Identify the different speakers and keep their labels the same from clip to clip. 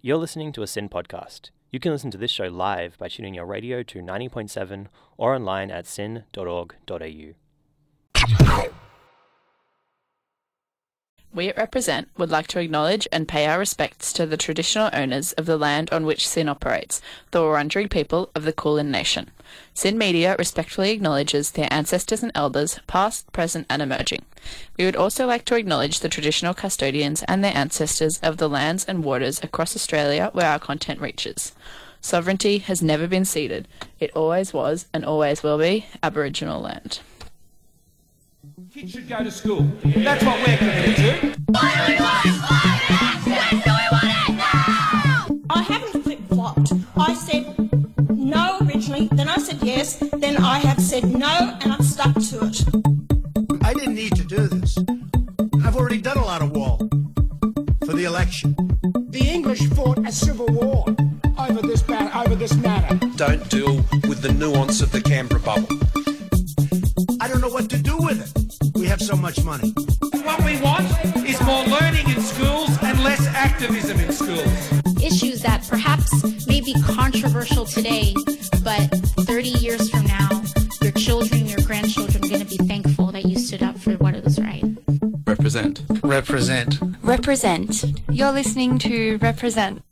Speaker 1: You're listening to a Sin podcast. You can listen to this show live by tuning your radio to 90.7 or online at sin.org.au.
Speaker 2: We at Represent would like to acknowledge and pay our respects to the traditional owners of the land on which Sin operates, the Wurundjeri people of the Kulin Nation. Sin Media respectfully acknowledges their ancestors and elders, past, present, and emerging. We would also like to acknowledge the traditional custodians and their ancestors of the lands and waters across Australia where our content reaches. Sovereignty has never been ceded. It always was and always will be Aboriginal land.
Speaker 3: Kids should go to school. That's what we're committed to.
Speaker 4: I haven't flip flopped. I said no originally, then I said yes, then I have said no, and I've stuck to it.
Speaker 5: I didn't need to do this. I've already done a lot of wall for the election.
Speaker 6: The English fought a civil war over this matter. Over this matter.
Speaker 7: don't deal with the nuance of the Canberra bubble.
Speaker 5: I don't know what to do with it. We have so much money.
Speaker 3: What we want is more learning in schools and less activism in schools.
Speaker 8: issues that perhaps may be controversial today, but 30 years from now, your children, your grandchildren are going to be thankful that you stood up for what was right.
Speaker 9: represent.
Speaker 5: Represent.
Speaker 10: Represent. You're listening to Represent.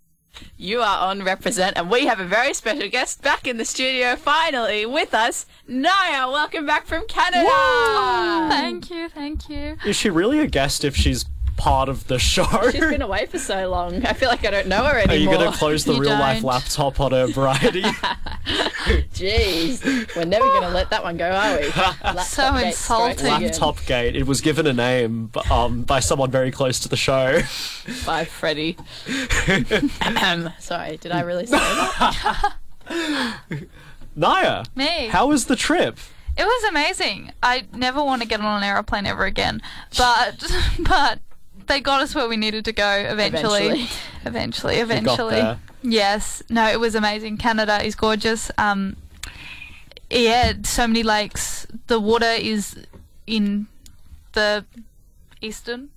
Speaker 2: You are on Represent, and we have a very special guest back in the studio finally with us, Naya. Welcome back from Canada.
Speaker 10: Oh, Thank you, thank you.
Speaker 11: Is she really a guest if she's part of the show?
Speaker 2: She's been away for so long. I feel like I don't know her
Speaker 11: Are you
Speaker 2: anymore.
Speaker 11: going to close the
Speaker 10: You
Speaker 11: real life
Speaker 10: don't.
Speaker 11: laptop on her variety?
Speaker 2: Jeez, we're never going to let that one go, are we?
Speaker 10: So insulting.
Speaker 11: laptop gate. It was given a name b- um, by someone very close to the show.
Speaker 2: Bye, Freddie. Ahem. Sorry, did I really say that?
Speaker 11: Naya,
Speaker 10: Me.
Speaker 11: how was the trip?
Speaker 10: It was amazing. I never want to get on an aeroplane ever again. But but they got us where we needed to go eventually. Eventually, eventually.
Speaker 11: there.
Speaker 10: Yes. No, it was amazing. Canada is gorgeous. Um yeah, so many lakes. The water is in the eastern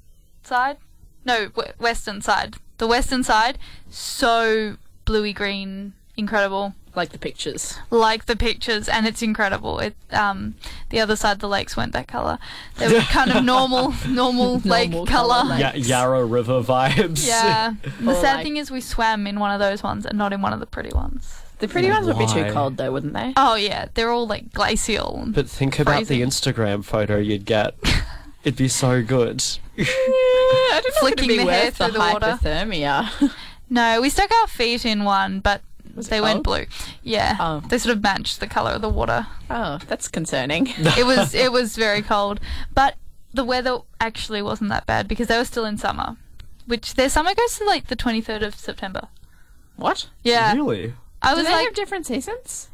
Speaker 10: side. No, w- western side. The western side so bluey green, incredible
Speaker 2: Like the pictures.
Speaker 10: like the pictures, and it's incredible. It um, the other side of the lakes weren't that color; they were kind of normal, normal lake
Speaker 2: Normal colour
Speaker 10: color.
Speaker 2: lake.
Speaker 11: Yeah, Yarra River vibes.
Speaker 10: Yeah. And the
Speaker 2: Or
Speaker 10: sad
Speaker 2: like-
Speaker 10: thing is, we swam in one of those ones and not in one of the pretty ones.
Speaker 2: The pretty ones would be too
Speaker 11: Why?
Speaker 2: cold, though, wouldn't they?
Speaker 10: Oh yeah, they're all like glacial. and-
Speaker 11: But think about the Instagram photo you'd get. It'd be so good.
Speaker 2: I don't know if it'd
Speaker 10: Flicking
Speaker 2: be
Speaker 10: the hair
Speaker 2: worth the,
Speaker 10: through the water.
Speaker 2: hypothermia.
Speaker 10: no, we stuck our feet in one, but they went blue. Yeah,
Speaker 2: Oh.
Speaker 10: they sort of matched the color of the water.
Speaker 2: oh, that's concerning.
Speaker 10: it was it was very cold, but the weather actually wasn't that bad because they were still in summer, which their summer goes to like the 23rd of September.
Speaker 2: What?
Speaker 10: Yeah,
Speaker 11: Really?
Speaker 10: I
Speaker 2: Do
Speaker 10: was
Speaker 2: they
Speaker 10: like
Speaker 2: have different seasons?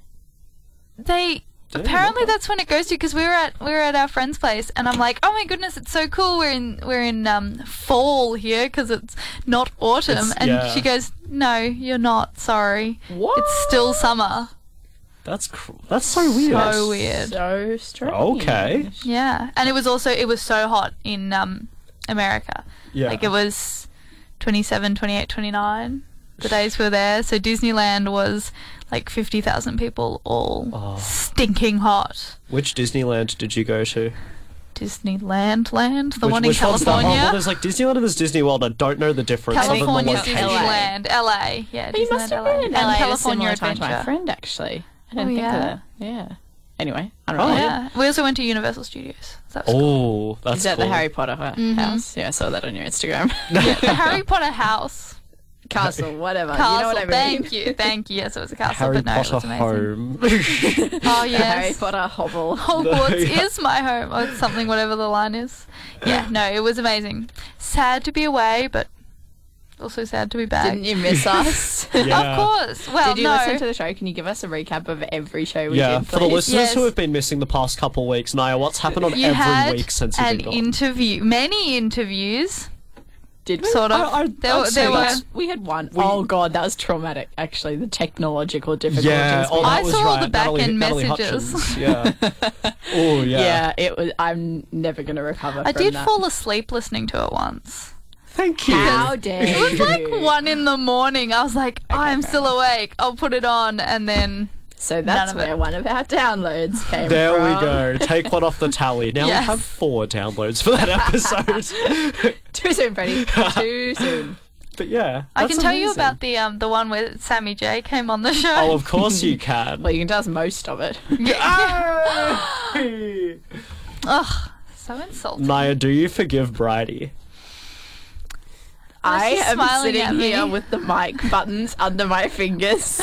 Speaker 10: they. Apparently that's when it goes to because we were at we were at our friend's place and I'm like oh my goodness it's so cool we're in we're in um, fall here because it's not autumn
Speaker 11: It's-
Speaker 10: and
Speaker 11: yeah.
Speaker 10: she goes no you're not sorry
Speaker 2: What?
Speaker 10: it's still summer
Speaker 11: That's cr- that's so weird.
Speaker 10: so weird
Speaker 2: So strange.
Speaker 11: Okay.
Speaker 10: Yeah, and it was also it was so hot in um, America.
Speaker 11: Yeah.
Speaker 10: Like it was 27, 28, 29. The days we were there, so Disneyland was like 50,000 people all
Speaker 11: Oh.
Speaker 10: stinking hot.
Speaker 11: Which Disneyland did you go to?
Speaker 10: Disneyland land, the
Speaker 11: which,
Speaker 10: one in
Speaker 11: which one's that? Oh, well,
Speaker 10: California.
Speaker 11: there's like Disneyland and there's Disney World. I don't know the difference. other than the
Speaker 10: California's
Speaker 2: I think
Speaker 11: location.
Speaker 2: LA.
Speaker 10: Disneyland, LA. Yeah,
Speaker 2: But you must
Speaker 10: Disneyland,
Speaker 2: have been
Speaker 10: LA.
Speaker 2: LA
Speaker 10: California
Speaker 2: California time to my
Speaker 10: Adventure.
Speaker 2: friend, actually. I didn't
Speaker 10: Oh,
Speaker 2: think
Speaker 10: yeah.
Speaker 2: of that. Yeah. Anyway, I don't know.
Speaker 10: Yeah, we also went to Universal Studios. So that was cool.
Speaker 11: Oh, that's
Speaker 2: Is that
Speaker 11: cool.
Speaker 2: the Harry Potter ho-
Speaker 10: Mm-hmm.
Speaker 2: house? Yeah, I saw that on your Instagram.
Speaker 11: Oh.
Speaker 10: The Harry Potter house.
Speaker 2: Castle, whatever.
Speaker 10: Castle.
Speaker 2: you know what I mean?
Speaker 10: Thank you. Thank you. Yes, it was a castle,
Speaker 11: Harry
Speaker 10: but no, it
Speaker 11: Potter
Speaker 10: was amazing.
Speaker 11: home?
Speaker 10: Oh
Speaker 2: The
Speaker 10: yes.
Speaker 2: Harry Potter hovel.
Speaker 10: Hogwarts
Speaker 11: Yeah.
Speaker 10: is my home, or something, whatever the line is. Yeah, no, it was amazing. Sad to be away, but also sad to be back.
Speaker 2: Didn't you miss us?
Speaker 10: Of course. Well,
Speaker 2: Did you
Speaker 10: Oh, no.
Speaker 2: listen to the show? Can you give us a recap of every show we
Speaker 11: Yeah,
Speaker 2: did?
Speaker 11: for the
Speaker 2: please?
Speaker 11: listeners who
Speaker 10: Yes.
Speaker 11: have been missing the past couple weeks, Naya, what's happened on
Speaker 10: you
Speaker 11: every
Speaker 10: had
Speaker 11: week since you've
Speaker 10: an
Speaker 11: been gone?
Speaker 10: interview, many interviews,
Speaker 2: Did we?
Speaker 10: sort of.
Speaker 11: I- I-
Speaker 10: there
Speaker 11: I'd
Speaker 10: were-
Speaker 11: say
Speaker 10: there were.
Speaker 11: that's-
Speaker 2: we had one. oh god, that was traumatic. Actually, the technological difficulties.
Speaker 11: yeah,
Speaker 2: we had.
Speaker 11: oh, that
Speaker 10: I
Speaker 11: was
Speaker 10: saw all
Speaker 11: right.
Speaker 10: the back
Speaker 11: Natalie,
Speaker 10: end
Speaker 11: Natalie
Speaker 10: messages.
Speaker 11: Hutchins, Yeah. oh yeah.
Speaker 2: yeah, it was. I'm never gonna recover.
Speaker 10: I
Speaker 2: from
Speaker 10: did
Speaker 2: that.
Speaker 10: fall asleep listening to it once.
Speaker 11: Thank you.
Speaker 2: How dare
Speaker 10: It was like one in the morning. I was like, I'm still awake. I'll put it on, and then
Speaker 2: so that's
Speaker 10: none of
Speaker 2: where
Speaker 10: it.
Speaker 2: one of our downloads came
Speaker 11: There
Speaker 2: from.
Speaker 11: we go. Take one off the tally. Now
Speaker 2: Yes.
Speaker 11: we have four downloads for that episode.
Speaker 2: Too soon, Freddie. Too soon.
Speaker 11: but yeah,
Speaker 10: I
Speaker 11: that's
Speaker 10: can tell you
Speaker 11: amazing.
Speaker 10: about the um the one where Sammy J came on the show.
Speaker 11: Oh, of course you can.
Speaker 2: Well, you can tell us most of it.
Speaker 10: Ugh, so insulting.
Speaker 11: Naya, do you forgive Bridie?
Speaker 10: Why
Speaker 2: I
Speaker 10: is she
Speaker 2: am
Speaker 10: smiling at
Speaker 2: sitting
Speaker 10: me?
Speaker 2: here with the mic buttons under my fingers.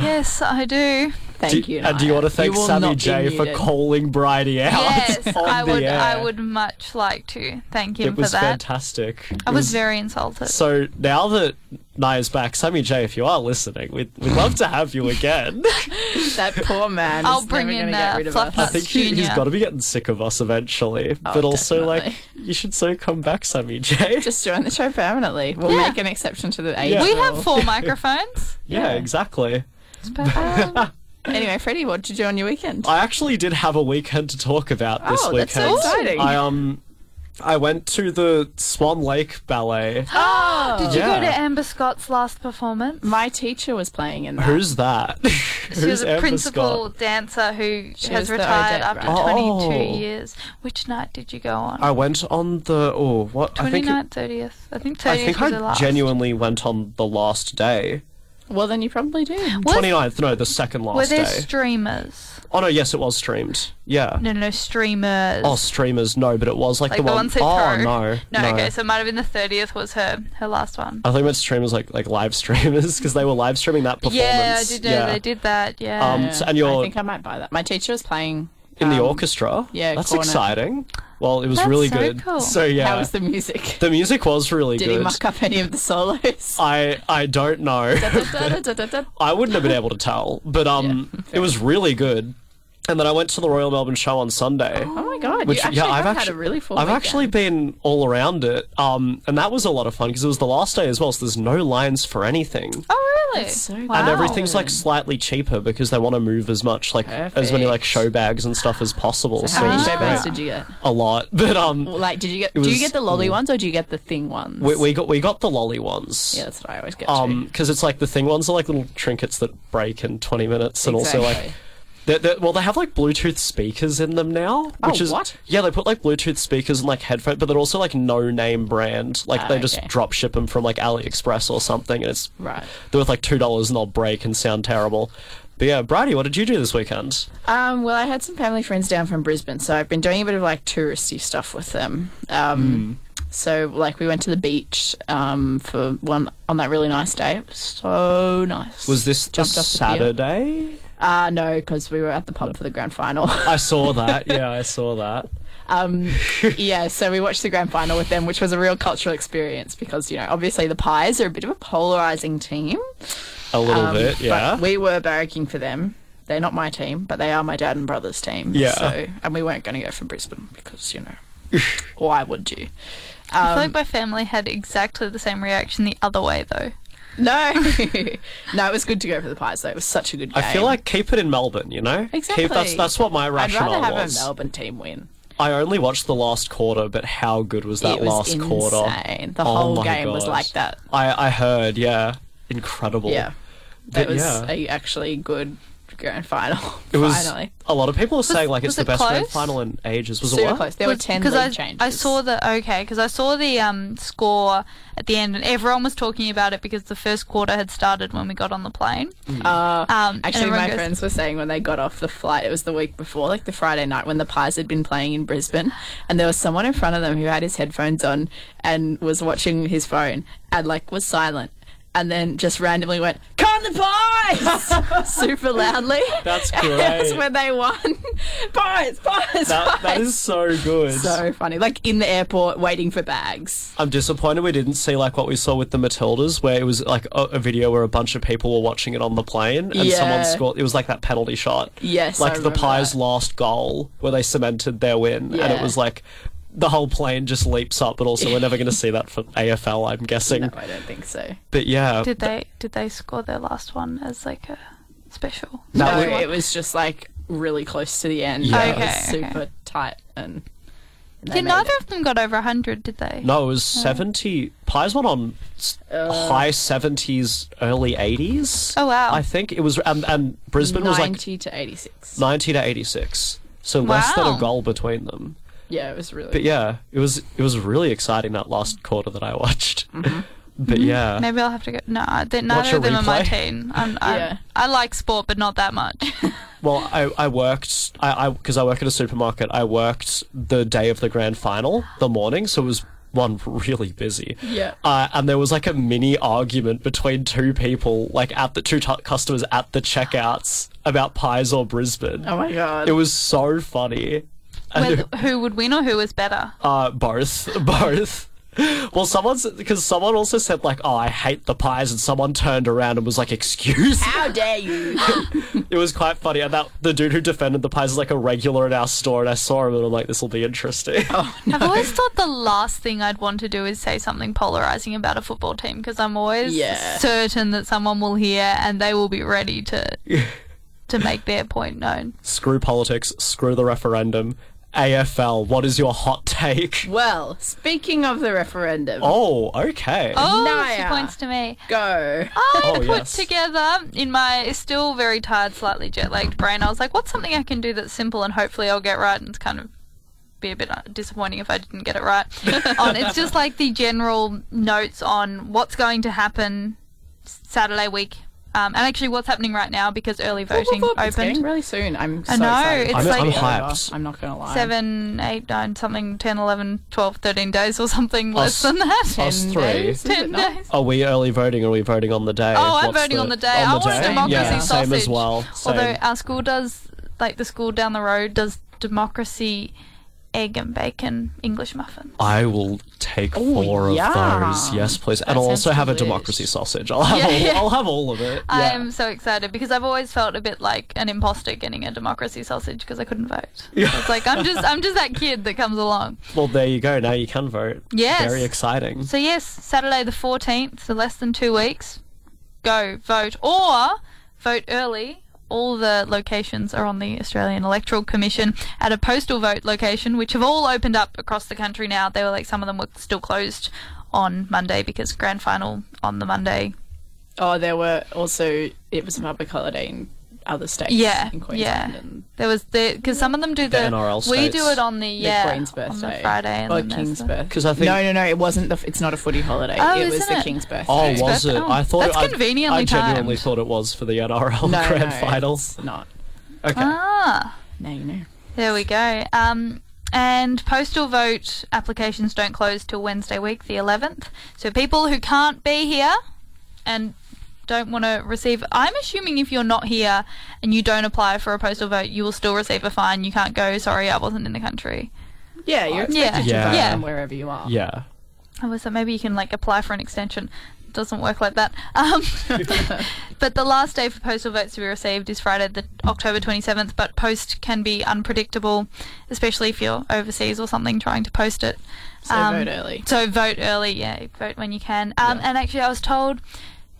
Speaker 10: Yes, I do.
Speaker 2: Thank
Speaker 11: do,
Speaker 2: you.
Speaker 11: And do you
Speaker 2: Naya.
Speaker 11: want to thank
Speaker 2: will not
Speaker 11: Sammy
Speaker 2: be
Speaker 11: J for
Speaker 2: muted.
Speaker 11: calling Bridie out?
Speaker 10: Yes,
Speaker 11: on
Speaker 10: I
Speaker 11: the
Speaker 10: would.
Speaker 11: Air.
Speaker 10: I would much like to thank him
Speaker 11: It was
Speaker 10: for that.
Speaker 11: fantastic.
Speaker 10: I
Speaker 11: It
Speaker 10: was very insulted.
Speaker 11: So now that Naya's back, Sammy J, if you are listening, we'd, we'd love to have you again.
Speaker 2: That poor man.
Speaker 10: I'll
Speaker 2: is
Speaker 10: bring
Speaker 2: never gonna
Speaker 10: in,
Speaker 2: get
Speaker 10: uh,
Speaker 2: rid of
Speaker 10: Fluff
Speaker 2: us.
Speaker 11: I
Speaker 10: Nuts.
Speaker 11: think he, he's
Speaker 10: Junior.
Speaker 11: got to be getting sick of us eventually.
Speaker 10: Oh,
Speaker 11: but also, like, you should so come back, Sammy J.
Speaker 2: Just join the show permanently. We'll
Speaker 10: Yeah.
Speaker 2: make an exception to the age.
Speaker 11: Yeah.
Speaker 10: we
Speaker 2: rule.
Speaker 10: have four microphones.
Speaker 11: yeah, exactly.
Speaker 10: It's perfect.
Speaker 2: Anyway, Freddie, what did you do on your weekend?
Speaker 11: I actually did have a weekend to talk about this
Speaker 2: Oh,
Speaker 11: weekend.
Speaker 2: that's so exciting.
Speaker 11: I um, I went to the Swan Lake Ballet.
Speaker 10: Oh, did you
Speaker 11: Yeah.
Speaker 10: go to Amber Scott's last performance?
Speaker 2: My teacher was playing in that.
Speaker 11: Who's that?
Speaker 10: She
Speaker 11: Who's
Speaker 10: was a
Speaker 11: Amber
Speaker 10: principal
Speaker 11: Scott?
Speaker 10: dancer who
Speaker 2: She was
Speaker 10: has
Speaker 2: the
Speaker 10: retired
Speaker 2: Odette,
Speaker 10: after
Speaker 2: right?
Speaker 10: 22
Speaker 11: Oh.
Speaker 10: years. Which night did you go on?
Speaker 11: I went on the oh what I think
Speaker 10: 29th, 30th? I think 30th
Speaker 11: I think
Speaker 10: was
Speaker 11: I
Speaker 10: the last.
Speaker 11: genuinely went on the last day.
Speaker 2: Well, then you probably do.
Speaker 10: Was-
Speaker 11: 29th, no, the second
Speaker 10: Were
Speaker 11: last
Speaker 10: there
Speaker 11: day.
Speaker 10: streamers?
Speaker 11: oh no, yes, it was streamed. Yeah.
Speaker 10: No, no, streamers.
Speaker 11: Oh, streamers, no, but it was like,
Speaker 10: like the,
Speaker 11: one.
Speaker 10: ones who
Speaker 11: oh
Speaker 10: throw.
Speaker 11: no,
Speaker 10: no. okay, so it might have been the 30th was her her last one.
Speaker 11: I think it was streamers like like live streamers because they were live streaming that performance.
Speaker 10: Yeah, I did know
Speaker 11: Yeah.
Speaker 10: they did that. Yeah.
Speaker 11: Um, so- and you're
Speaker 2: I think I might buy that. My teacher was playing.
Speaker 11: in the
Speaker 2: um,
Speaker 11: orchestra.
Speaker 2: yeah,
Speaker 11: that's
Speaker 2: cornet.
Speaker 11: exciting. Well, it was
Speaker 10: That's
Speaker 11: really
Speaker 10: so
Speaker 11: good.
Speaker 10: cool.
Speaker 11: So yeah,
Speaker 2: How was the music?
Speaker 11: the music was really
Speaker 2: Did
Speaker 11: good.
Speaker 2: he muck up any of the solos?
Speaker 11: I I don't know.
Speaker 2: Da-da-da-da-da-da.
Speaker 11: I wouldn't have been able to tell, but um, it was really good. And then I went to the Royal Melbourne Show on Sunday.
Speaker 2: oh my god! you actually have had a really full.
Speaker 11: I've
Speaker 2: weekend.
Speaker 11: actually been all around it, um, and that was a lot of fun because it was the last day as well. So there's no lines for anything,
Speaker 10: oh, really?
Speaker 2: so
Speaker 11: and
Speaker 2: good.
Speaker 11: everything's like slightly cheaper because they want to move as much like as many like show bags and stuff as possible. So,
Speaker 2: How many
Speaker 11: it was
Speaker 2: show bags
Speaker 11: great.
Speaker 2: did you get?
Speaker 11: A lot, but um,
Speaker 2: Well, Like, did you get?
Speaker 11: It
Speaker 2: Do you
Speaker 11: was-
Speaker 2: get the lolly ones or do you get the thing ones?
Speaker 11: we, we got we got the lolly ones.
Speaker 2: yeah, that's what I always get.
Speaker 11: Um, because it's like the thing ones are like little trinkets that break in 20 minutes, and also like.
Speaker 2: Exactly.
Speaker 11: They're, they're, well, they have like Bluetooth speakers in them now, which is
Speaker 2: Oh, what?
Speaker 11: yeah. They put like Bluetooth speakers and like headphones, but they're also like no name brand. Like
Speaker 2: Ah,
Speaker 11: they just
Speaker 2: okay.
Speaker 11: drop ship them from like AliExpress or something, and it's
Speaker 2: Right.
Speaker 11: They're worth like two dollars and they'll break and sound terrible. But yeah, Brady, what did you do this weekend?
Speaker 2: Um, well, I had some family friends down from Brisbane, so I've been doing a bit of like touristy stuff with them. Um, So, like, we went to the beach um, for one on that really nice day. It was so nice.
Speaker 11: Was this
Speaker 2: Jumped off the
Speaker 11: just Saturday?
Speaker 2: Uh, no, because we were at the pub for the grand final.
Speaker 11: I saw that. Yeah, I saw that.
Speaker 2: um, yeah, so we watched the grand final with them, which was a real cultural experience because you know, obviously the Pies are a bit of a polarizing team.
Speaker 11: A little
Speaker 2: Um,
Speaker 11: bit. Yeah.
Speaker 2: But we were barracking for them. They're not my team, but they are my dad and brother's team.
Speaker 11: Yeah.
Speaker 2: So, and we weren't going to go for Brisbane because, you know, why would you?
Speaker 10: I feel like my family had exactly the same reaction the other way though.
Speaker 2: No. no, it was good to go for the Pies, though. It was such a good game.
Speaker 11: I feel like keep it in Melbourne, you know?
Speaker 2: Exactly.
Speaker 11: Keep, that's, that's what my
Speaker 2: I'd
Speaker 11: rationale
Speaker 2: rather have
Speaker 11: was.
Speaker 2: a Melbourne team win.
Speaker 11: I only watched the last quarter, but how good was that
Speaker 2: it was
Speaker 11: last
Speaker 2: insane.
Speaker 11: quarter?
Speaker 2: The
Speaker 11: Oh
Speaker 2: whole
Speaker 11: my
Speaker 2: game was
Speaker 11: God.
Speaker 2: like that.
Speaker 11: I, I heard, yeah. Incredible.
Speaker 2: Yeah. That
Speaker 11: But
Speaker 2: was
Speaker 11: yeah.
Speaker 2: a actually good grand final.
Speaker 11: It was.
Speaker 2: finally.
Speaker 11: A lot of people are saying like
Speaker 10: was
Speaker 11: it's the
Speaker 10: it
Speaker 11: best grand
Speaker 10: close?
Speaker 11: final in ages. Was it
Speaker 2: Super
Speaker 11: what?
Speaker 2: close. There were
Speaker 10: Was-
Speaker 2: 10 league
Speaker 10: 'cause I,
Speaker 2: changes.
Speaker 10: I saw the okay because I saw the um, score at the end, and everyone was talking about it because the first quarter had started when we got on the plane.
Speaker 11: Mm.
Speaker 2: Uh,
Speaker 10: Um, and
Speaker 2: Actually,
Speaker 10: everyone
Speaker 2: my
Speaker 10: goes-
Speaker 2: friends were saying when they got off the flight, it was the week before, like the Friday night when the Pies had been playing in Brisbane, and there was someone in front of them who had his headphones on and was watching his phone and like was silent. And then just randomly went, Come the Pies! super loudly.
Speaker 11: That's
Speaker 2: That's
Speaker 11: great.
Speaker 2: when they won. Pies, Pies,
Speaker 11: That, that
Speaker 2: Pies.
Speaker 11: is so good.
Speaker 2: so funny. Like in the airport waiting for bags.
Speaker 11: I'm disappointed we didn't see like what we saw with the Matildas, where it was like a, a video where a bunch of people were watching it on the plane and someone
Speaker 2: Yeah.
Speaker 11: scored. It was like that penalty shot.
Speaker 2: Yes, I
Speaker 11: like the
Speaker 2: remember
Speaker 11: Pies'
Speaker 2: that.
Speaker 11: last goal, where they cemented their win, and it
Speaker 2: Yeah.
Speaker 11: was like the whole plane just leaps up. But also, we're never going to see that for AFL, I'm guessing.
Speaker 2: No, I don't think so.
Speaker 11: But yeah,
Speaker 10: Did they did they score their last one as like a special?
Speaker 2: No,
Speaker 11: That
Speaker 10: was-
Speaker 2: it was just like really close to the end.
Speaker 11: Yeah.
Speaker 2: It was
Speaker 10: Okay, okay.
Speaker 2: super tight and
Speaker 10: Yeah, neither it. of them got over 100, did they?
Speaker 11: No, it was oh. 70. Pies went on uh, high 70s, early 80s.
Speaker 10: Oh, wow.
Speaker 11: I think it was, and, and Brisbane was like
Speaker 2: 90 to 86.
Speaker 11: 90 to 86. So wow. less than a goal between them.
Speaker 2: Yeah, it was really.
Speaker 11: But yeah, it was it was really exciting that last quarter that I watched. Mm-hmm. But mm-hmm. yeah,
Speaker 10: maybe I'll have to go. No, they, neither of them replay. are my team. I'm, I'm, yeah. I like sport, but not that much.
Speaker 11: well, I, I worked I because I, I work at a supermarket. I worked the day of the grand final, the morning, so it was one really busy.
Speaker 2: Yeah.
Speaker 11: Uh, and there was like a mini argument between two people, like at the two t- customers at the checkouts about pies or Brisbane.
Speaker 2: Oh my god!
Speaker 11: It was so funny.
Speaker 10: Whether, who would win or who was better?
Speaker 11: Uh, both, both. well, someone's because someone also said like, "Oh, I hate the pies," and someone turned around and was like, "Excuse?
Speaker 2: How dare you?"
Speaker 11: it was quite funny, and that the dude who defended the pies is like a regular in our store, and I saw him and I'm like, "This will be interesting."
Speaker 10: Oh, no. I've always thought the last thing I'd want to do is say something polarizing about a football team because I'm always
Speaker 2: yeah.
Speaker 10: certain that someone will hear and they will be ready to. to make their point known.
Speaker 11: Screw politics, screw the referendum, AFL, what is your hot take?
Speaker 2: Well, speaking of the referendum.
Speaker 11: Oh, okay.
Speaker 10: Oh, Naya, she points to me.
Speaker 2: Go.
Speaker 10: I oh, put yes. together in my still very tired, slightly jet lagged brain, I was like, what's something I can do that's simple and hopefully I'll get right? And it's kind of be a bit uh, disappointing if I didn't get it right. on It's just like the general notes on what's going to happen Saturday week, um, and actually, what's happening right now because early voting whoop,
Speaker 2: whoop,
Speaker 10: opened
Speaker 2: really soon. I'm so I know excited. it's I'm,
Speaker 11: like I'm hyped.
Speaker 2: I'm not gonna lie.
Speaker 10: Seven, eight, nine, something, 10, 11, 12, 13 days or something less
Speaker 11: us,
Speaker 10: than that.
Speaker 11: Us
Speaker 2: Ten
Speaker 11: three.
Speaker 2: Days, Ten days.
Speaker 11: Are we early voting? or Are we voting on the day?
Speaker 10: Oh, I'm what's voting the, on the day. On the I want
Speaker 11: day?
Speaker 10: democracy
Speaker 11: yeah,
Speaker 10: sausage.
Speaker 11: Same as well. Same.
Speaker 10: Although our school does, like the school down the road does democracy egg and bacon English muffin.
Speaker 11: I will take Ooh,
Speaker 10: Oh,
Speaker 11: four yeah. of those. Yes, please. That and I'll also have delicious. a democracy sausage. I'll have, yeah, all, yeah. I'll have all of it.
Speaker 10: I am so excited because I've always felt a bit like an imposter getting a democracy sausage because I couldn't vote. It's like I'm just I'm just that kid that comes along.
Speaker 11: Well, there you go. Now you can vote.
Speaker 10: Yes.
Speaker 11: Very exciting.
Speaker 10: So yes, Saturday the 14th, so less than 2 weeks. Go vote or vote early all the locations are on the Australian Electoral Commission at a postal vote location, which have all opened up across the country now. They were like some of them were still closed on Monday because grand final on the Monday.
Speaker 2: Oh, there were also it was a public holiday in other states.
Speaker 10: Yeah,
Speaker 2: in
Speaker 10: Queensland yeah. And there was the because some of them do the,
Speaker 11: the NRL
Speaker 10: we do it on the yeah
Speaker 2: the Queen's birthday
Speaker 10: on the Friday
Speaker 2: or King's the, birthday.
Speaker 11: Because I think
Speaker 2: no, no, no, it wasn't the it's not a footy holiday.
Speaker 10: Oh,
Speaker 2: it was
Speaker 10: it?
Speaker 2: the King's birthday.
Speaker 11: Oh,
Speaker 10: King's
Speaker 11: was
Speaker 10: birthday?
Speaker 11: it? I thought
Speaker 10: that's
Speaker 11: it, I,
Speaker 10: conveniently
Speaker 11: I genuinely
Speaker 10: timed.
Speaker 11: thought it was for the NRL
Speaker 2: no,
Speaker 11: grand
Speaker 2: no,
Speaker 11: final.
Speaker 2: It's not.
Speaker 11: Okay.
Speaker 10: Ah,
Speaker 2: now you know.
Speaker 10: There we go. Um, and postal vote applications don't close till Wednesday week, the 11th. So people who can't be here and don't want to receive, I'm assuming if you're not here and you don't apply for a postal vote, you will still receive a fine. You can't go. Sorry, I wasn't in the country.
Speaker 2: Yeah, you're expected
Speaker 11: Yeah.
Speaker 2: to vote
Speaker 10: Yeah.
Speaker 2: from wherever you are.
Speaker 11: Yeah.
Speaker 10: I was so maybe you can like apply for an extension. It doesn't work like that. Um, but the last day for postal votes to be received is Friday, the October 27th. But post can be unpredictable, especially if you're overseas or something trying to post it. Um,
Speaker 2: So vote early.
Speaker 10: So vote early. Yeah, vote when you can. Um, And actually, I was told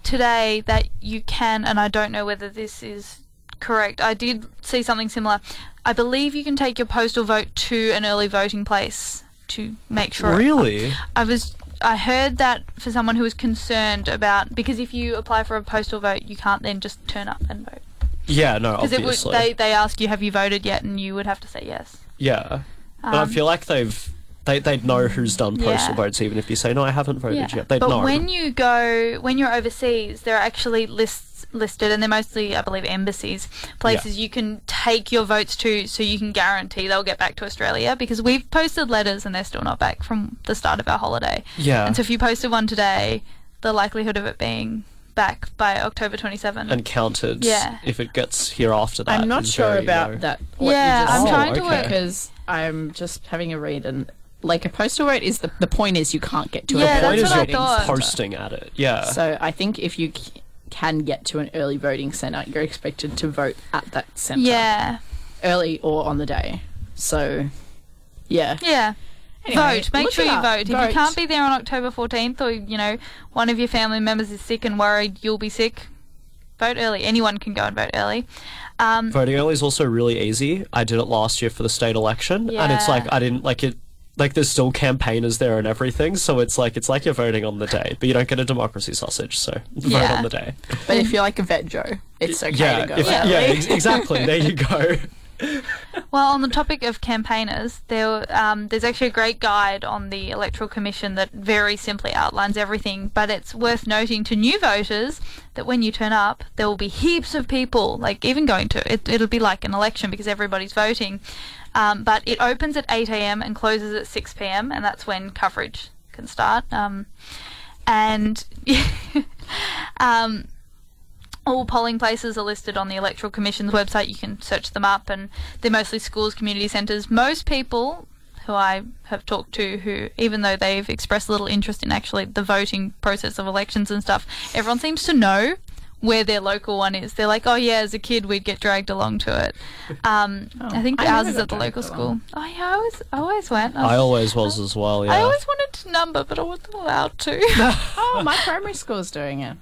Speaker 10: today that you can, and I don't know whether this is correct. I did see something similar. I believe you can take your postal vote to an early voting place to make sure.
Speaker 11: Really?
Speaker 10: I was. I heard that for someone who was concerned about because if you apply for a postal vote, you can't then just turn up and vote
Speaker 11: Yeah. No.
Speaker 10: because it would
Speaker 11: Obviously.
Speaker 10: they they ask you have you voted yet, and you would have to say yes.
Speaker 11: yeah. but I
Speaker 10: Um,
Speaker 11: feel like they've. They, they'd know who's done postal
Speaker 10: Yeah.
Speaker 11: votes, even if you say, No, I haven't voted yet. They'd
Speaker 10: but
Speaker 11: know.
Speaker 10: when you go, when you're overseas, there are actually lists listed, and they're mostly, I believe, embassies, places you can take your votes to, so you can guarantee they'll get back to Australia. Because we've posted letters, and they're still not back from the start of our holiday.
Speaker 11: Yeah.
Speaker 10: And so, if you posted one today, the likelihood of it being back by October 27th.
Speaker 11: and counted
Speaker 10: Yeah.
Speaker 11: if it gets here after that.
Speaker 2: I'm not
Speaker 11: is
Speaker 2: sure
Speaker 11: very
Speaker 2: about
Speaker 11: low.
Speaker 2: that.
Speaker 10: Yeah, I'm
Speaker 11: Oh,
Speaker 10: trying to
Speaker 11: okay.
Speaker 10: work
Speaker 2: because I'm just having a read and like a postal vote is the the point is you can't get to
Speaker 10: Yeah,
Speaker 2: a
Speaker 10: that's
Speaker 11: Point
Speaker 2: voting
Speaker 11: is
Speaker 10: what I
Speaker 11: you're
Speaker 2: voting
Speaker 10: thought.
Speaker 2: centre.
Speaker 11: posting at it. Yeah.
Speaker 2: So I think if you c- can get to an early voting centre, you're expected to vote at that centre.
Speaker 10: Yeah,
Speaker 2: early or on the day. So, yeah.
Speaker 10: yeah.
Speaker 2: Anyway,
Speaker 10: vote. Make
Speaker 2: look
Speaker 10: sure
Speaker 2: it
Speaker 10: you
Speaker 2: up.
Speaker 10: vote. If
Speaker 2: Vote.
Speaker 10: you can't be there on October 14th, or you know one of your family members is sick and worried you'll be sick, vote early. Anyone can go and vote early. Um,
Speaker 11: Voting early is also really easy. I did it last year for the state election, and it's
Speaker 10: Yeah.
Speaker 11: like I didn't like it. like there's still campaigners there and everything, so it's like it's like you're voting on the day, but you don't get a democracy sausage, so yeah. vote on the day.
Speaker 2: But if you're like a veggie, it's okay
Speaker 11: yeah,
Speaker 2: to go.
Speaker 11: If, yeah, ex- exactly. There you go.
Speaker 10: Well, on the topic of campaigners, there um, there's actually a great guide on the Electoral Commission that very simply outlines everything. But it's worth noting to new voters that when you turn up, there will be heaps of people. Like even going to it, it'll be like an election because everybody's voting. Um, but it opens at 8 a.m. and closes at 6 p.m. and that's when coverage can start. Um, and um, all polling places are listed on the Electoral Commission's website. You can search them up, and they're mostly schools, community centres. Most people who I have talked to, who even though they've expressed little interest in actually the voting process of elections and stuff, everyone seems to know where their local one is. They're like, oh yeah, as a kid we'd get dragged along to it. Um, oh, I think ours is at the local school. Along. Oh yeah, I always, I always went.
Speaker 11: I, I always was
Speaker 10: I,
Speaker 11: as well. Yeah.
Speaker 10: I always wanted to number, but I wasn't allowed to.
Speaker 2: oh, my primary school's doing it.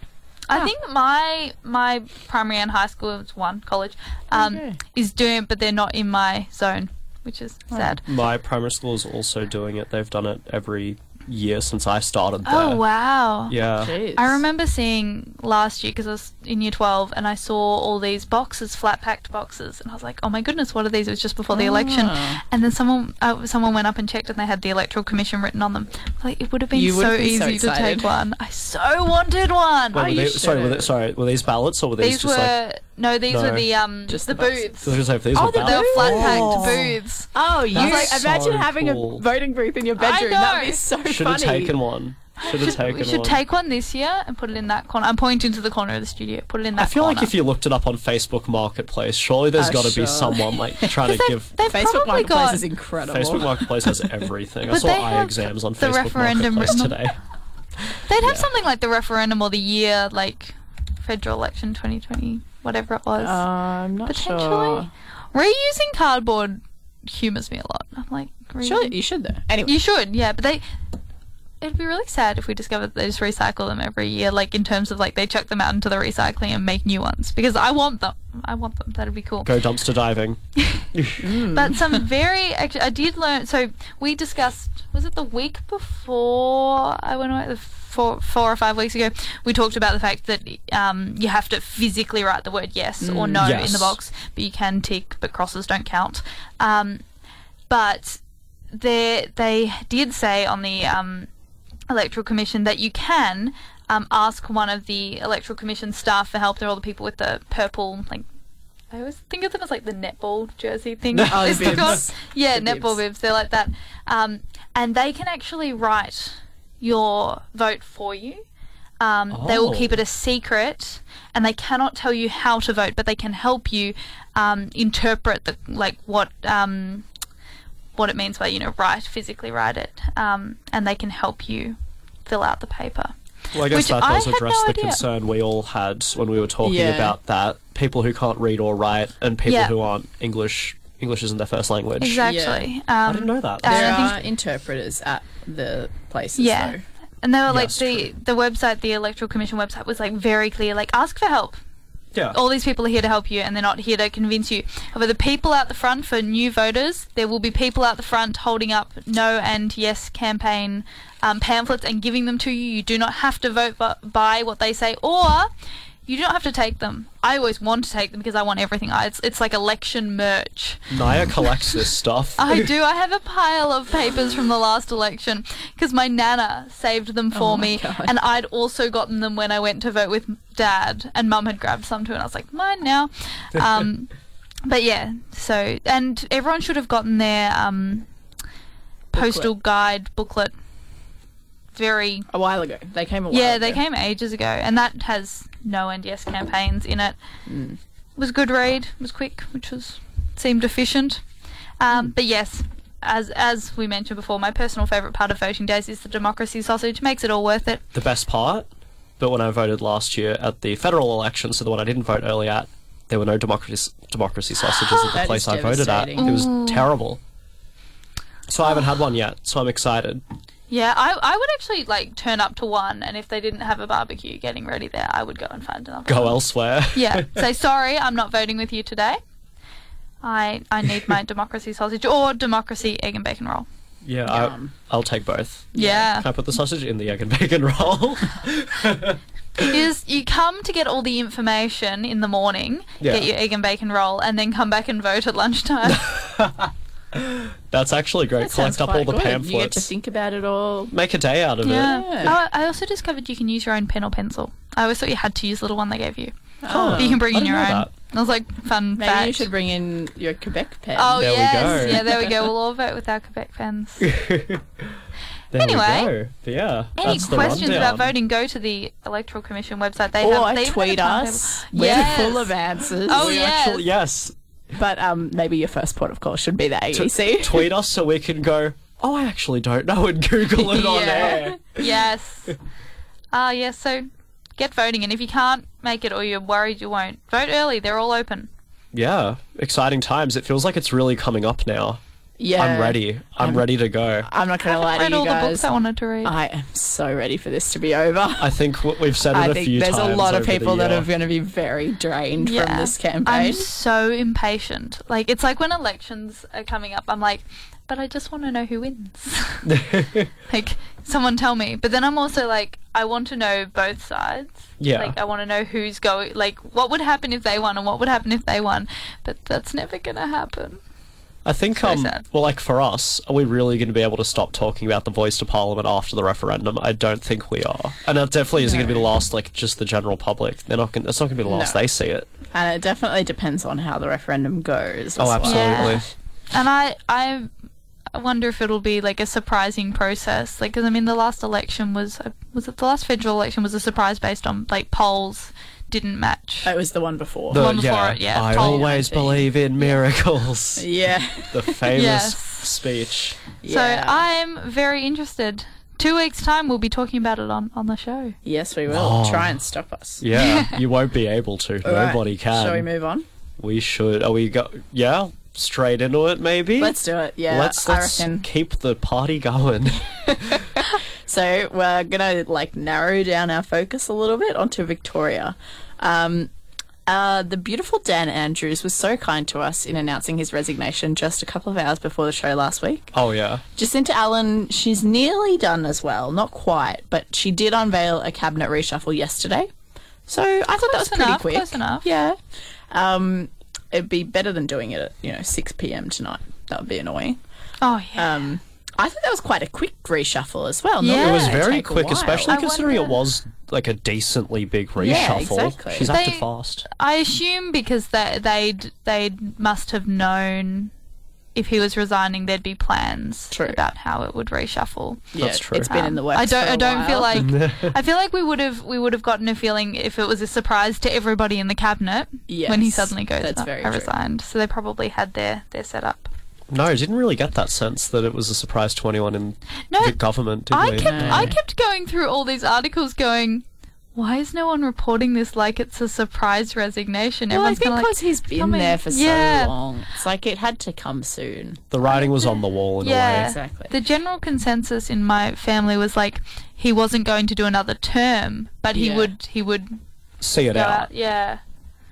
Speaker 10: I
Speaker 11: Ah.
Speaker 10: oh. think my my primary and high school is one college um, okay. is doing it, but they're not in my zone, which is oh. sad.
Speaker 11: My primary school is also doing it. They've done it every year since I started there.
Speaker 10: Oh wow!
Speaker 11: Yeah,
Speaker 2: Jeez.
Speaker 10: I remember seeing last year because I was in year twelve and I saw all these boxes, flat packed boxes, and I was like, "Oh my goodness, what are these?" It was just before the oh. election, and then someone uh, someone went up and checked, and they had the electoral commission written on them. Like it would have been
Speaker 2: you
Speaker 10: so
Speaker 2: been
Speaker 10: easy
Speaker 2: so
Speaker 10: to take one. I so wanted one.
Speaker 11: Wait, were they, sorry, were they, sorry, were these ballots or were these,
Speaker 10: Oh, these
Speaker 11: just
Speaker 10: were,
Speaker 11: like?
Speaker 10: No, these
Speaker 11: no.
Speaker 10: were the um just the, the booths.
Speaker 11: So like, these
Speaker 10: oh,
Speaker 11: were
Speaker 10: the,
Speaker 11: ballots.
Speaker 10: the flat packed oh. booths.
Speaker 2: Oh, you like,
Speaker 11: so
Speaker 2: imagine having
Speaker 11: cool.
Speaker 2: a voting booth in your bedroom. That'd be so
Speaker 11: Should
Speaker 2: funny.
Speaker 11: have taken one. Should have taken
Speaker 10: we should
Speaker 11: one.
Speaker 10: take one this year and put it in that corner. I'm pointing to the corner of the studio. Put it in that. Uh,
Speaker 11: I feel
Speaker 10: corner.
Speaker 11: like if you looked it up on Facebook Marketplace, surely there's
Speaker 2: Oh,
Speaker 11: got to
Speaker 2: sure.
Speaker 11: be someone like trying to
Speaker 10: They've-
Speaker 11: give.
Speaker 10: they've
Speaker 2: Facebook
Speaker 10: probably
Speaker 2: Marketplace
Speaker 10: got
Speaker 2: is incredible.
Speaker 11: Facebook Marketplace has everything. I
Speaker 10: But
Speaker 11: saw
Speaker 10: they
Speaker 11: eye
Speaker 10: have
Speaker 11: exams on
Speaker 10: the
Speaker 11: Facebook
Speaker 10: referendum
Speaker 11: Marketplace
Speaker 10: written
Speaker 11: today.
Speaker 10: They'd have something like the referendum or the year, like federal election 2020, whatever it was.
Speaker 2: Uh, I'm not
Speaker 10: potentially
Speaker 2: sure.
Speaker 10: reusing cardboard humours me a lot. I'm like, really?
Speaker 2: Sure, you should though. Anyway,
Speaker 10: You should, yeah, but they. It'd be really sad if we discovered that they just recycle them every year, like in terms of like they chuck them out into the recycling and make new ones. Because I want them. I want them. That'd be cool.
Speaker 11: Go dumpster diving.
Speaker 10: But some very actually, I did learn. So we discussed was it the week before I went away, the four four or five weeks ago. We talked about the fact that um, you have to physically write the word yes or no
Speaker 11: yes.
Speaker 10: in the box, but you can tick, but crosses don't count. Um, but they they did say on the um, electoral commission that you can um, ask one of the electoral commission staff for help. They're all the people with the purple like I always think of them as like the netball jersey thing.
Speaker 2: Oh, the
Speaker 10: It's the
Speaker 2: bibs.
Speaker 10: called- yeah,
Speaker 2: The
Speaker 10: netball
Speaker 2: bibs.
Speaker 10: bibs. They're like that, um, and they can actually write your vote for you. Um, They will
Speaker 11: Oh.
Speaker 10: keep it a secret, and they cannot tell you how to vote, but they can help you um, interpret the like what um, what it means by you know write physically write it, um, and they can help you fill out the paper.
Speaker 11: Well, I guess
Speaker 10: Which
Speaker 11: that
Speaker 10: I
Speaker 11: does
Speaker 10: had
Speaker 11: address
Speaker 10: no
Speaker 11: the
Speaker 10: idea.
Speaker 11: concern we all had when we were talking
Speaker 2: Yeah.
Speaker 11: about that. People who can't read or write, and people
Speaker 10: Yeah.
Speaker 11: who aren't English. English isn't their first language.
Speaker 10: Exactly. Um,
Speaker 11: I didn't know that.
Speaker 10: and
Speaker 2: there
Speaker 10: I
Speaker 2: are
Speaker 10: think-
Speaker 2: interpreters at the places.
Speaker 10: Yeah.
Speaker 2: though.
Speaker 10: And they were like
Speaker 11: Yes,
Speaker 10: the the website, the Electoral Commission website was like very clear, like ask for help.
Speaker 11: yeah.
Speaker 10: All these people are here to help you, and they're not here to convince you. However, the people out the front for new voters, there will be people out the front holding up no and yes campaign um, pamphlets and giving them to you. You do not have to vote bu- by what they say, or you do not have to take them. I always want to take them because I want everything. I, it's it's like election merch.
Speaker 11: Naya collects this stuff.
Speaker 10: I do. I have a pile of papers from the last election because my nana saved them for me, and I'd also gotten them when I went to vote with dad, and mum had grabbed some too, and I was like, mine now. Um, but yeah, so and everyone should have gotten their um, postal guide booklet. Very
Speaker 2: a while ago they came. A while
Speaker 10: yeah, they
Speaker 2: ago.
Speaker 10: came ages ago, and that has no and yes campaigns in it.
Speaker 2: Mm.
Speaker 10: It was a good read, it was quick, which was seemed efficient. Um,
Speaker 2: Mm.
Speaker 10: But yes, as as we mentioned before, my personal favourite part of voting days is the democracy sausage. Makes it all worth it.
Speaker 11: the best part, but when I voted last year at the federal election, so the one I didn't vote early at, there were no democracy democracy sausages
Speaker 2: That
Speaker 11: at the
Speaker 2: is
Speaker 11: place I voted at. It
Speaker 2: devastating.
Speaker 11: was terrible. So I haven't had one yet, so I'm excited.
Speaker 10: Yeah, I, I would actually like turn up to one, and if they didn't have a barbecue getting ready there, I would go and find another.
Speaker 11: Go
Speaker 10: one.
Speaker 11: elsewhere.
Speaker 10: Yeah, say sorry, I'm not voting with you today. I I need my democracy sausage or democracy egg and bacon roll.
Speaker 11: Yeah, I, I'll take both.
Speaker 10: Yeah.
Speaker 11: Can I put the sausage in the egg and bacon roll?
Speaker 10: Because you come to get all the information in the morning,
Speaker 11: Yeah.
Speaker 10: get your egg and bacon roll, and then come back and vote at lunchtime.
Speaker 11: That's actually great.
Speaker 2: That sounds
Speaker 11: Collect up all
Speaker 2: quite
Speaker 11: the
Speaker 2: good.
Speaker 11: pamphlets.
Speaker 2: You get to think about it all.
Speaker 11: Make a day out of it.
Speaker 10: yeah. Oh, I, I also discovered you can use your own pen or pencil. I always thought you had to use the little one they gave you.
Speaker 2: Oh.
Speaker 10: But you can bring
Speaker 11: I
Speaker 10: in your own.
Speaker 11: didn't know
Speaker 10: That. was like fun
Speaker 2: Maybe
Speaker 10: fact.
Speaker 2: you should bring in your Quebec pen.
Speaker 10: Oh
Speaker 11: There we
Speaker 10: yes,
Speaker 11: go.
Speaker 10: yeah, there we go. We'll all vote with our Quebec pens.
Speaker 11: There we
Speaker 10: Anyway.
Speaker 11: go. But yeah.
Speaker 10: Any
Speaker 11: that's the
Speaker 10: questions
Speaker 11: rundown.
Speaker 10: about voting? Go to the Electoral Commission website. They
Speaker 2: or
Speaker 10: have. They even
Speaker 2: tweet
Speaker 10: have a
Speaker 2: us.
Speaker 10: timetable.
Speaker 2: We're
Speaker 10: Yes.
Speaker 2: full of answers.
Speaker 10: Oh
Speaker 11: We
Speaker 10: yes.
Speaker 11: actually- yes.
Speaker 2: But um, maybe your first port of call should be the E AEC.
Speaker 11: Tweet us so we can go, oh, I actually don't know, and Google it on air.
Speaker 10: yes. Ah, yes. So get voting, and if you can't make it or you're worried you won't, vote early. They're all open.
Speaker 11: Yeah. Exciting times. It feels like it's really coming up now.
Speaker 2: yeah,
Speaker 11: I'm ready. I'm, ready to go.
Speaker 2: I'm not going to lie to
Speaker 10: Read
Speaker 2: you
Speaker 10: all the
Speaker 2: guys.
Speaker 10: books I wanted to read.
Speaker 2: I am so ready for this to be over.
Speaker 11: I think w- we've said it
Speaker 2: I
Speaker 11: a
Speaker 2: think
Speaker 11: few
Speaker 2: there's
Speaker 11: times.
Speaker 2: a lot of
Speaker 11: over the
Speaker 2: people that
Speaker 11: year.
Speaker 2: are going to be very drained from this
Speaker 10: I'm
Speaker 2: campaign.
Speaker 10: so impatient. Like it's like when elections are coming up, I'm like, but I just want to know who wins. like someone tell me. But then I'm also like, I want to know both sides.
Speaker 11: Yeah.
Speaker 10: Like I want to know who's going. Like what would happen if they won and what would happen if they won. But that's never gonna happen.
Speaker 11: I think, um,
Speaker 10: sad.
Speaker 11: well, like for us, are we really going to be able to stop talking about the voice to Parliament after the referendum? I don't think we are, and that definitely isn't going to be the last. Like just the general public, they're not. Gonna, it's not going to be the last
Speaker 2: No.
Speaker 11: they see it.
Speaker 2: and it definitely depends on how the referendum goes. as
Speaker 11: Oh,
Speaker 2: well.
Speaker 11: absolutely.
Speaker 10: And I I wonder if it'll be like a surprising process. Like 'cause I mean, the last election was was it the last federal election was a surprise based on like polls didn't match.
Speaker 2: It was the one before.
Speaker 10: The- One before it, yeah,
Speaker 11: I
Speaker 10: Parliament,
Speaker 11: always
Speaker 2: I think.
Speaker 11: believe in miracles.
Speaker 2: yeah.
Speaker 11: the famous
Speaker 10: Yes.
Speaker 11: speech.
Speaker 10: So I'm very interested. Two weeks time, we'll be talking about it on on the show.
Speaker 2: Yes, we will. Try and stop us.
Speaker 11: Yeah, you won't be able to.
Speaker 2: All right,
Speaker 11: Oh. Nobody can.
Speaker 2: Shall we move on?
Speaker 11: We should. Are we go? Yeah, straight into it. Maybe.
Speaker 2: Let's do it. Yeah,
Speaker 11: let's,
Speaker 2: I
Speaker 11: let's
Speaker 2: reckon.
Speaker 11: keep the party going.
Speaker 2: So we're gonna like narrow down our focus a little bit onto Victoria. Um, uh, the beautiful Dan Andrews was so kind to us in announcing his resignation just a couple of hours before the show last week.
Speaker 11: oh yeah.
Speaker 2: Jacinta Allen, she's nearly done as well, not quite, but she did unveil a cabinet reshuffle yesterday. So I thought that was pretty
Speaker 10: enough,
Speaker 2: quick.
Speaker 10: close enough.
Speaker 2: Yeah. Um, it'd be better than doing it at you know six p.m. tonight. That would be annoying.
Speaker 10: Oh yeah.
Speaker 2: Um, I thought that was quite a quick reshuffle as well. Not
Speaker 10: Yeah.
Speaker 2: that
Speaker 11: It was
Speaker 2: gonna
Speaker 11: very
Speaker 2: take a
Speaker 11: quick,
Speaker 2: while.
Speaker 11: especially
Speaker 10: I
Speaker 11: considering
Speaker 10: wonder-
Speaker 11: it was like a decently big reshuffle.
Speaker 2: Yeah, exactly.
Speaker 11: She's
Speaker 10: They-
Speaker 11: acted fast.
Speaker 10: I assume because they they they must have known if he was resigning, there'd be plans
Speaker 2: True.
Speaker 10: about how it would reshuffle.
Speaker 2: Yeah,
Speaker 11: That's true.
Speaker 2: It's been in the works.
Speaker 10: I don't.
Speaker 2: for a
Speaker 10: I don't feel
Speaker 2: while.
Speaker 10: like. I feel like we would have. We would have gotten a feeling if it was a surprise to everybody in the cabinet when he
Speaker 2: Yes,
Speaker 10: suddenly goes.
Speaker 2: that's
Speaker 10: "Oh,
Speaker 2: very
Speaker 10: I
Speaker 2: true.
Speaker 10: resigned. So they probably had their their setup.
Speaker 11: No, I didn't really get that sense that it was a surprise to anyone in
Speaker 10: No,
Speaker 11: the government, did
Speaker 10: I
Speaker 11: we?
Speaker 10: kept. I kept going through all these articles, going, "Why is no one reporting this like it's a surprise resignation?"
Speaker 2: Well, I
Speaker 10: Everyone's
Speaker 2: think
Speaker 10: kinda
Speaker 2: because
Speaker 10: like,
Speaker 2: he's been
Speaker 10: coming.
Speaker 2: there for
Speaker 10: Yeah.
Speaker 2: so long, it's like it had to come soon.
Speaker 11: The writing was on the wall in
Speaker 10: Yeah,
Speaker 11: a way.
Speaker 2: Exactly.
Speaker 10: The general consensus in my family was like he wasn't going to do another term, but he
Speaker 2: Yeah.
Speaker 10: would. He would
Speaker 11: See it
Speaker 10: go
Speaker 11: out.
Speaker 10: out. Yeah.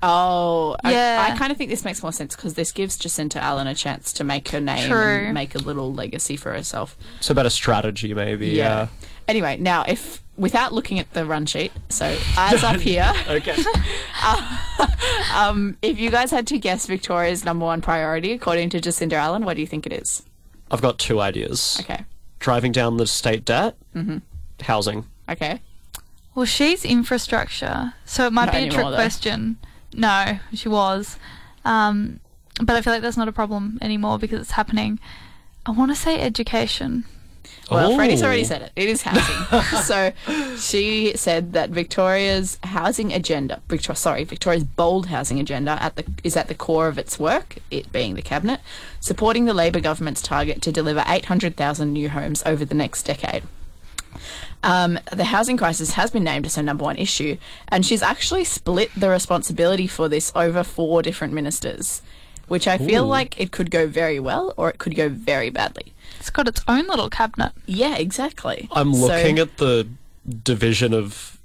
Speaker 2: Oh, I-
Speaker 10: Yeah.
Speaker 2: I, kind of think this makes more sense because this gives Jacinta Allen a chance to make her name
Speaker 10: True.
Speaker 2: and make a little legacy for herself.
Speaker 11: It's about a strategy, maybe. Yeah.
Speaker 2: Anyway, now if without looking at the run sheet, so eyes up here.
Speaker 11: Okay.
Speaker 2: Um, if you guys had to guess Victoria's number one priority according to Jacinta Allen, what do you think it is?
Speaker 11: I've got two ideas.
Speaker 2: Okay.
Speaker 11: Driving down the state debt,
Speaker 2: Mm-hmm.
Speaker 11: housing.
Speaker 2: Okay.
Speaker 10: Well, she's infrastructure, so it might
Speaker 2: Not
Speaker 10: be a
Speaker 2: anymore,
Speaker 10: trick
Speaker 2: though.
Speaker 10: question. No, she was, um, but I feel like that's not a problem anymore because it's happening. I want to say education.
Speaker 2: Well,
Speaker 11: Oh.
Speaker 2: Freddie's already said it. It is housing. so she said that Victoria's housing agenda, Victor, sorry, Victoria's bold housing agenda at the, is at the core of its work, it being the cabinet, supporting the Labor government's target to deliver 800,000 new homes over the next decade. Um, the housing crisis has been named as her number one issue, and she's actually split the responsibility for this over four different ministers, which I feel like it could go very well or it could go very badly.
Speaker 10: It's got its own little cabinet.
Speaker 2: Yeah, exactly.
Speaker 11: I'm
Speaker 2: So-
Speaker 11: looking at the division of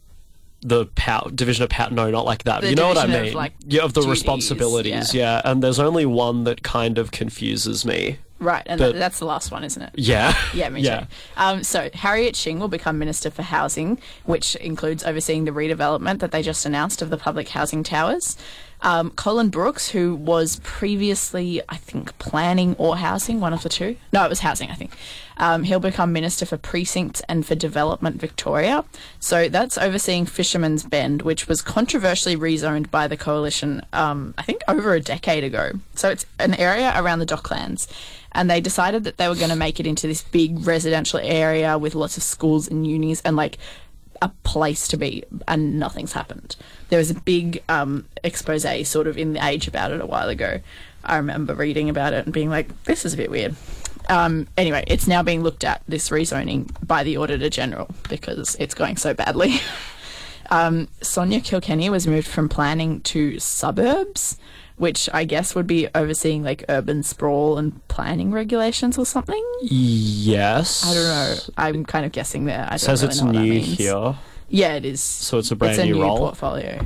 Speaker 11: the pow- division of power. No, not like that.
Speaker 2: The
Speaker 11: you know what I
Speaker 2: division of,
Speaker 11: mean?
Speaker 2: like,
Speaker 11: yeah, of the
Speaker 2: duties,
Speaker 11: responsibilities. Yeah. and there's only one that kind of confuses me,
Speaker 2: Right, and th- that's the last one, isn't it?
Speaker 11: Yeah.
Speaker 2: Yeah, me yeah. too. Um, so, Harriet Shing will become Minister for Housing, which includes overseeing the redevelopment that they just announced of the public housing towers. Um, Colin Brooks, who was previously, I think, planning or housing, one of the two. No, it was housing, I think. Um, he'll become Minister for Precincts and for Development Victoria. So that's overseeing Fisherman's Bend, which was controversially rezoned by the coalition, um, I think, over a decade ago. So it's an area around the Docklands. And they decided that they were going to make it into this big residential area with lots of schools and unis and like a place to be, and nothing's happened. There was a big um, expose sort of in the Age about it a while ago. I remember reading about it and being like, this is a bit weird. Um, anyway, it's now being looked at, this rezoning, by the Auditor General because it's going so badly. um, Sonia Kilkenny was moved from planning to suburbs, which I guess would be overseeing like urban sprawl and planning regulations or something.
Speaker 11: Yes.
Speaker 2: I don't know. I'm kind of guessing there. I don't
Speaker 11: Says
Speaker 2: really
Speaker 11: it's
Speaker 2: know what that
Speaker 11: new
Speaker 2: means.
Speaker 11: here.
Speaker 2: Yeah, it is.
Speaker 11: So it's a brand
Speaker 2: new,
Speaker 11: new role?
Speaker 2: portfolio.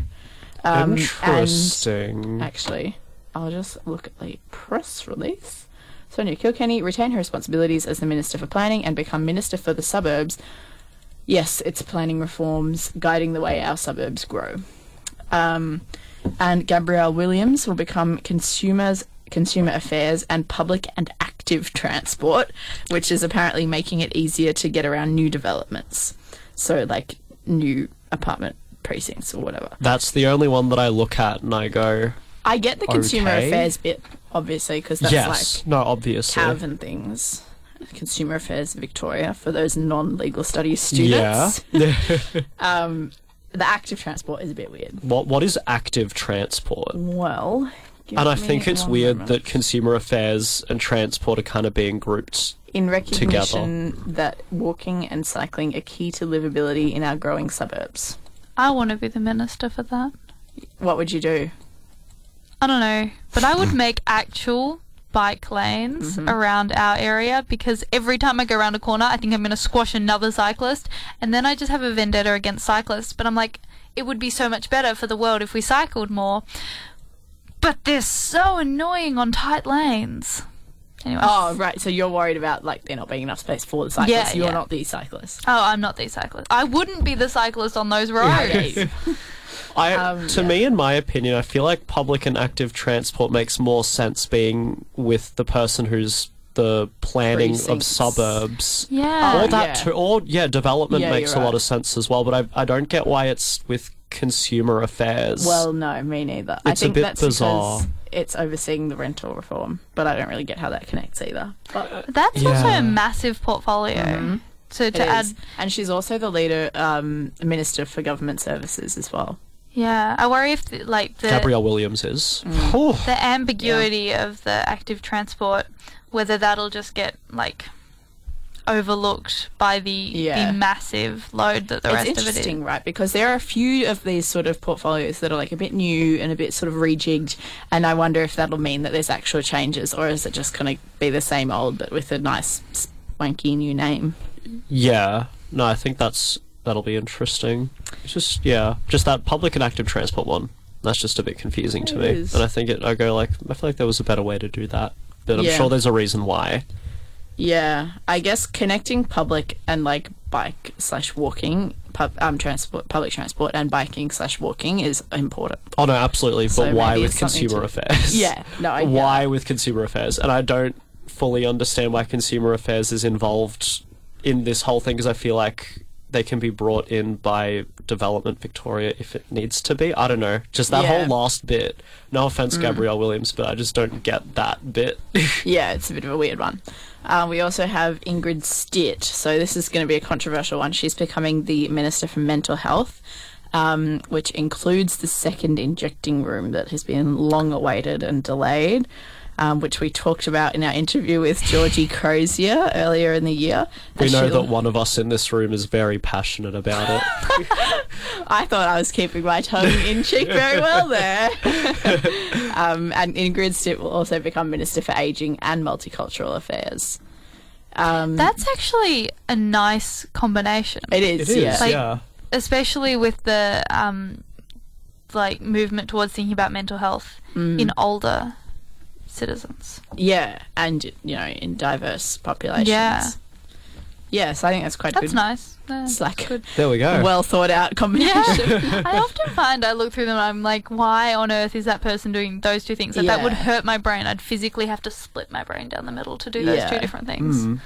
Speaker 2: Um,
Speaker 11: Interesting.
Speaker 2: And actually, I'll just look at the press release. Sonia Kilkenny retained her responsibilities as the Minister for Planning and become Minister for the Suburbs. Yes, it's planning reforms guiding the way our suburbs grow. Um, and Gabrielle Williams will become Consumers, Consumer Affairs, and Public and Active Transport, which is apparently making it easier to get around new developments. So, like new apartment precincts or whatever.
Speaker 11: That's the only one that I look at and I go,
Speaker 2: I get the consumer
Speaker 11: Okay.
Speaker 2: affairs bit, obviously, because that's
Speaker 11: yes.
Speaker 2: like
Speaker 11: no, obviously.
Speaker 2: TAV and things. Consumer Affairs Victoria for those non-legal studies
Speaker 11: yeah.
Speaker 2: students. Um, the active transport is a bit weird.
Speaker 11: what What is active transport?
Speaker 2: Well, give
Speaker 11: And I
Speaker 2: me
Speaker 11: think it's
Speaker 2: one
Speaker 11: weird
Speaker 2: moment.
Speaker 11: that consumer affairs and transport are kind of being grouped.
Speaker 2: in recognition that walking and cycling are key to livability in our growing suburbs.
Speaker 10: I want to be the minister for that.
Speaker 2: What would you do?
Speaker 10: I don't know, but I would make actual bike lanes around our area because every time I go around a corner, I think I'm going to squash another cyclist, and then I just have a vendetta against cyclists. But I'm like, it would be so much better for the world if we cycled more. But they're so annoying on tight lanes. Anyway.
Speaker 2: Oh, right. So you're worried about like there not being enough space for the cyclists.
Speaker 10: Yeah,
Speaker 2: you're
Speaker 10: yeah.
Speaker 2: not the cyclist.
Speaker 10: Oh, I'm not the cyclist. I wouldn't be the cyclist on those roads.
Speaker 11: I,
Speaker 2: Um,
Speaker 11: to me, in my opinion, I feel like public and active transport makes more sense being with the person who's the planning of
Speaker 2: Precincts.
Speaker 11: suburbs.
Speaker 10: Yeah.
Speaker 11: Or that
Speaker 2: yeah.
Speaker 11: too, or yeah, development
Speaker 2: Yeah,
Speaker 11: makes a
Speaker 2: you're
Speaker 11: lot
Speaker 2: right.
Speaker 11: of sense as well. But I, I don't get why it's with consumer affairs.
Speaker 2: Well, no, me neither. I
Speaker 11: It's a
Speaker 2: think
Speaker 11: bit
Speaker 2: that's
Speaker 11: bizarre.
Speaker 2: because it's overseeing the rental reform, but I don't really get how that connects either. But
Speaker 10: That's also
Speaker 11: Yeah.
Speaker 10: a massive portfolio. So to
Speaker 2: it
Speaker 10: add
Speaker 2: is. and she's also the leader, um, minister for government services as well.
Speaker 10: Yeah, I worry if the, like the
Speaker 11: Gabrielle Williams is.
Speaker 2: Mm.
Speaker 11: Whew.
Speaker 10: the ambiguity of the active transport, whether that'll just get like overlooked by the
Speaker 2: Yeah.
Speaker 10: the massive load that the
Speaker 2: it's
Speaker 10: rest of it
Speaker 2: interesting,
Speaker 10: is.
Speaker 2: right? Because there are a few of these sort of portfolios that are like a bit new and a bit sort of rejigged, and I wonder if that'll mean that there's actual changes, or is it just going to be the same old but with a nice swanky new name?
Speaker 11: Yeah. No, I think that's that'll be interesting. It's just yeah, just that public and active transport one. That's just a bit confusing to me,
Speaker 2: is.
Speaker 11: and I think it. I go like I feel like there was a better way to do that, but I'm
Speaker 2: Yeah.
Speaker 11: sure there's a reason why.
Speaker 2: Yeah, I guess connecting public and like bike slash walking, pub, um, transport, public transport, and biking slash walking is important.
Speaker 11: Oh no, absolutely. But
Speaker 2: So
Speaker 11: why
Speaker 2: maybe
Speaker 11: with
Speaker 2: it's something
Speaker 11: consumer
Speaker 2: to-
Speaker 11: affairs?
Speaker 2: Yeah, no, I get
Speaker 11: why with consumer affairs? And I don't fully understand why consumer affairs is involved in this whole thing because I feel like they can be brought in by Development Victoria if it needs to be. I don't know. Just that
Speaker 2: Yeah. Mm.
Speaker 11: whole last bit. No offense, Gabrielle Williams, but I just don't get that bit.
Speaker 2: Yeah, it's a bit of a weird one. Uh, we also have Ingrid Stitt. So this is going to be a controversial one. She's becoming the Minister for Mental Health, um, which includes the second injecting room that has been long awaited and delayed. Um, which we talked about in our interview with Georgie Crozier earlier in the year.
Speaker 11: we
Speaker 2: And
Speaker 11: know
Speaker 2: she'll-
Speaker 11: that one of us in this room is very passionate about it.
Speaker 2: I thought I was keeping my tongue in cheek very well there. um, and Ingrid Stitt will also become Minister for Aging and Multicultural Affairs. Um,
Speaker 10: That's actually a nice combination,
Speaker 2: it is, yeah.
Speaker 10: Like- yeah. especially with the
Speaker 2: Mm.
Speaker 10: um, like movement towards thinking about mental health in older citizens.
Speaker 2: Yeah, and you know, in diverse populations.
Speaker 10: Yeah.
Speaker 2: Yes, I think that's quite
Speaker 10: That's
Speaker 2: good.
Speaker 10: nice. Yeah,
Speaker 2: It's like
Speaker 10: good.
Speaker 11: There we go.
Speaker 2: well thought out combination.
Speaker 10: Yeah. I often find I look through them and I'm like, why on earth is that person doing those two things? Like, That would
Speaker 2: Yeah.
Speaker 10: hurt my brain. I'd physically have to split my brain down the middle to do those
Speaker 2: Yeah.
Speaker 10: two different things.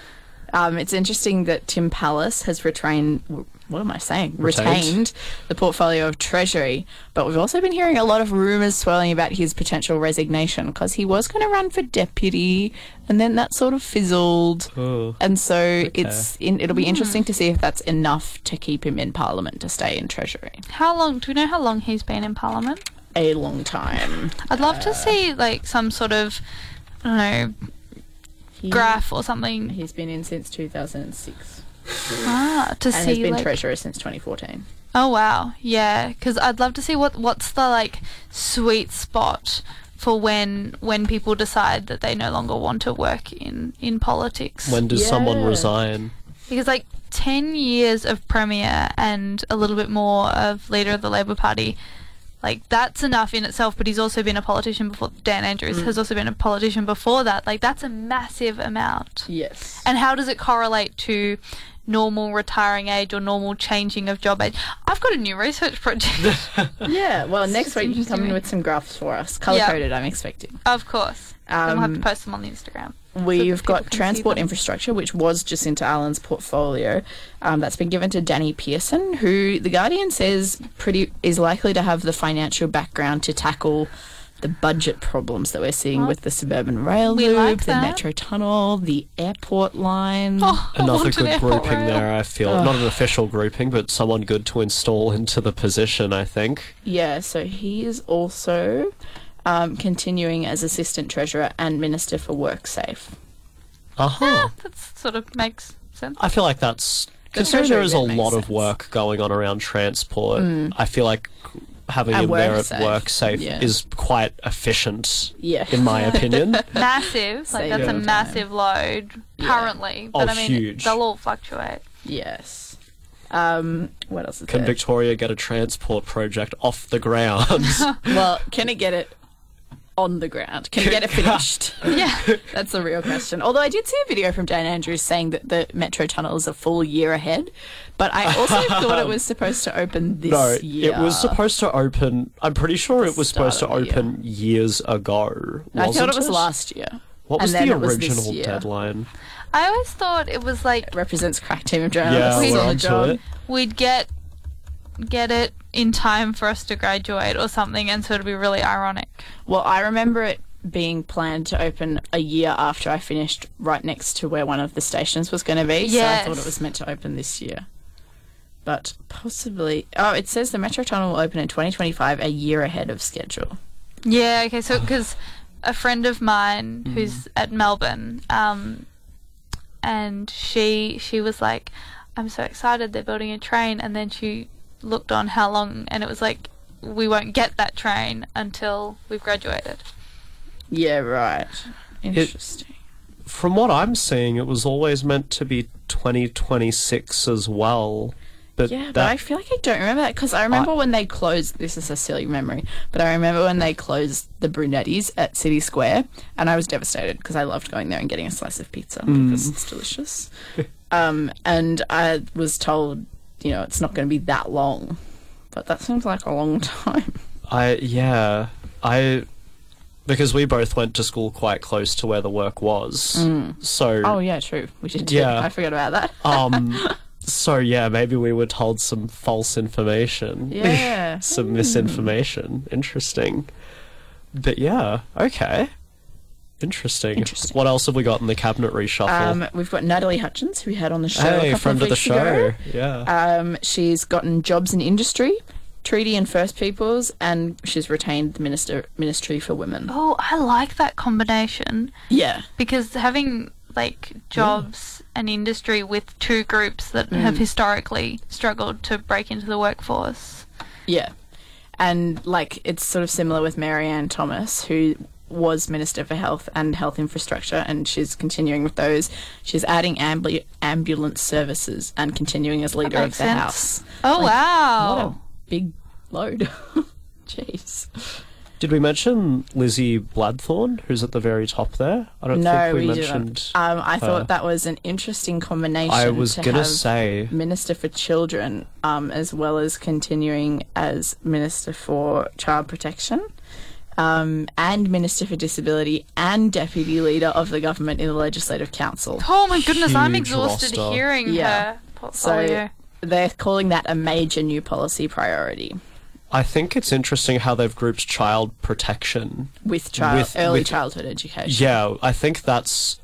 Speaker 2: Um, it's interesting that Tim Palace has retained. What am I saying?
Speaker 11: Retained.
Speaker 2: Retained. the portfolio of Treasury, but we've also been hearing a lot of rumours swirling about his potential resignation because he was going to run for deputy, and then that sort of fizzled.
Speaker 11: Oh.
Speaker 2: And so it's in, it'll be interesting to see if that's enough to keep him in Parliament to stay in Treasury
Speaker 10: How long? Do we know how long he's been in Parliament?
Speaker 2: a long time.
Speaker 10: I'd love to see like some sort of, I don't know, graph or something
Speaker 2: He's been in since 2006
Speaker 10: ah, to
Speaker 2: and
Speaker 10: see
Speaker 2: has been
Speaker 10: like,
Speaker 2: treasurer since 2014.
Speaker 10: Oh wow, yeah. Because I'd love to see what what's the like sweet spot for when when people decide that they no longer want to work in in politics.
Speaker 11: When does someone
Speaker 2: Yeah.
Speaker 11: resign?
Speaker 10: because like ten years of premier and a little bit more of leader of the Labour Party. Like that's enough in itself, but he's also been a politician before. Dan Andrews
Speaker 2: Mm.
Speaker 10: has also been a politician before that. Like that's a massive amount.
Speaker 2: Yes.
Speaker 10: And how does it correlate to normal retiring age or normal changing of job age? I've got a new research project,
Speaker 2: Yeah, well, next
Speaker 10: just
Speaker 2: week you can come in
Speaker 10: interesting.
Speaker 2: with some graphs for us, color coded. I'm expecting.
Speaker 10: of course. and we'll have to
Speaker 2: Um,
Speaker 10: post them on the Instagram.
Speaker 2: We've
Speaker 10: people
Speaker 2: got
Speaker 10: can see
Speaker 2: transport
Speaker 10: them.
Speaker 2: infrastructure, which was just into Alan's portfolio. Um, that's been given to Danny Pearson, who the Guardian says pretty is likely to have the financial background to tackle the budget problems that we're seeing with the suburban rail
Speaker 10: we
Speaker 2: loop,
Speaker 10: like
Speaker 2: the
Speaker 10: that.
Speaker 2: metro tunnel, the airport line.
Speaker 10: Oh, I
Speaker 11: Another
Speaker 10: want an
Speaker 11: good
Speaker 10: airport
Speaker 11: grouping
Speaker 10: rail.
Speaker 11: there, I feel. Not an official grouping, but someone good to install into the position, I think.
Speaker 2: Yeah, so he is also um, continuing as assistant treasurer and minister for WorkSafe.
Speaker 11: Uh-huh.
Speaker 10: That sort of makes sense.
Speaker 11: I feel like that's considering
Speaker 2: treasury
Speaker 11: there is a
Speaker 2: bit makes
Speaker 11: lot of
Speaker 2: sense. Hmm.
Speaker 11: work going on around transport. I feel like having
Speaker 2: And
Speaker 11: him there at
Speaker 2: WorkSafe,
Speaker 11: work safe
Speaker 2: yeah.
Speaker 11: is quite efficient,
Speaker 2: Yeah.
Speaker 11: in my opinion.
Speaker 10: Massive. Like
Speaker 2: Save
Speaker 10: that's a
Speaker 2: them time.
Speaker 10: massive load currently. But
Speaker 11: Oh,
Speaker 10: I mean
Speaker 11: huge.
Speaker 10: they'll all fluctuate.
Speaker 2: Yes. Um, what else is
Speaker 11: Can
Speaker 2: there?
Speaker 11: Victoria get a transport project off the ground?
Speaker 2: Well, can it get it on the ground? Can it get it finished? yeah, that's the real question. Although I did see a video from Dan Andrews saying that the metro tunnel is a full year ahead, but I also thought it was supposed to open this
Speaker 11: no,
Speaker 2: year.
Speaker 11: it was supposed to open. I'm pretty sure it was
Speaker 2: Start
Speaker 11: supposed to
Speaker 2: of the year.
Speaker 11: open years ago.
Speaker 2: I thought
Speaker 11: wasn't
Speaker 2: it was last year.
Speaker 11: What
Speaker 2: and
Speaker 11: was
Speaker 2: then
Speaker 11: the
Speaker 2: it was this
Speaker 11: original
Speaker 2: year.
Speaker 11: deadline?
Speaker 10: I always thought it was like
Speaker 2: Represents crack team of
Speaker 11: Yeah,
Speaker 2: journalists
Speaker 10: we're
Speaker 2: on the
Speaker 11: onto
Speaker 2: job.
Speaker 11: it.
Speaker 10: we'd get get it in time for us to graduate or something and so it'd be really ironic.
Speaker 2: Well, I remember it being planned to open a year after I finished, right next to where one of the stations was going to be. So I thought
Speaker 10: Yes.
Speaker 2: it was meant to open this year. But possibly. Oh, it says the Metro Tunnel will open in 2025, a year ahead of schedule.
Speaker 10: Yeah, okay, so because a friend of mine who's at Melbourne, um, and she she was like, "I'm so excited they're building a train," and then she looked on how long, and it was like, "We won't get that train until we've graduated."
Speaker 2: Yeah, right. Interesting.
Speaker 11: From what I'm seeing, it was always meant to be 2026 as well. But
Speaker 2: yeah, but
Speaker 11: that
Speaker 2: I feel like I don't remember that because I remember when they closed. This is a silly memory, but I remember when they closed the Brunettis at City Square, and I was devastated because I loved going there and getting a slice of pizza because it's delicious. um, and I was told, you know, it's not going to be that long, but that seems like a long time.
Speaker 11: I yeah I because we both went to school quite close to where the work was. So
Speaker 2: Oh yeah, true. We did. Too.
Speaker 11: Yeah.
Speaker 2: I forgot about that.
Speaker 11: um so yeah maybe we were told some false information.
Speaker 2: Yeah.
Speaker 11: some misinformation. Interesting. But yeah, okay. Interesting.
Speaker 2: Interesting.
Speaker 11: What else have we got in the cabinet reshuffle?
Speaker 2: Um, we've got Natalie Hutchins, who we had on the show. a couple
Speaker 11: hey,
Speaker 2: of
Speaker 11: friend of the
Speaker 2: weeks
Speaker 11: show.
Speaker 2: ago.
Speaker 11: Yeah.
Speaker 2: Um, she's gotten jobs in industry, treaty and First Peoples, and she's retained the minister ministry for women.
Speaker 10: Oh, I like that combination
Speaker 2: Yeah,
Speaker 10: because having like jobs and industry with two groups that
Speaker 2: Mm.
Speaker 10: have historically struggled to break into the workforce.
Speaker 2: yeah, and like it's sort of similar with Marianne Thomas, who was minister for health and health infrastructure, and she's continuing with those. She's adding ambu- ambulance services and continuing as leader of
Speaker 10: makes
Speaker 2: the
Speaker 10: sense.
Speaker 2: house.
Speaker 10: Oh wow!
Speaker 2: What a big load. Jeez.
Speaker 11: Did we mention Lizzie Bladthorne, who's at the very top there? I don't
Speaker 2: no,
Speaker 11: think we,
Speaker 2: we
Speaker 11: mentioned.
Speaker 2: Didn't. Um, I thought that was an interesting combination.
Speaker 11: I was
Speaker 2: to
Speaker 11: gonna
Speaker 2: have
Speaker 11: say-
Speaker 2: minister for children, um, as well as continuing as minister for child protection, um, and minister for disability, and deputy leader of the government in the legislative council.
Speaker 10: Oh my goodness, I'm
Speaker 11: Huge
Speaker 10: exhausted
Speaker 11: roster.
Speaker 10: hearing
Speaker 2: Yeah.
Speaker 10: her
Speaker 2: So
Speaker 10: portfolio.
Speaker 2: they're calling that a major new policy priority
Speaker 11: I think it's interesting how they've grouped child protection.
Speaker 2: with child
Speaker 11: With-
Speaker 2: early
Speaker 11: with-
Speaker 2: childhood education.
Speaker 11: Yeah, I think that's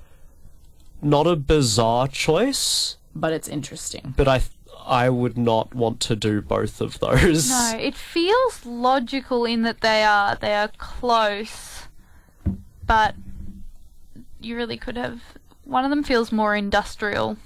Speaker 11: not a bizarre choice,
Speaker 2: But it's interesting.
Speaker 11: but I th- I would not want to do both of those.
Speaker 10: no, it feels logical in that they are they are close, but you really could have one of them feels more industrial.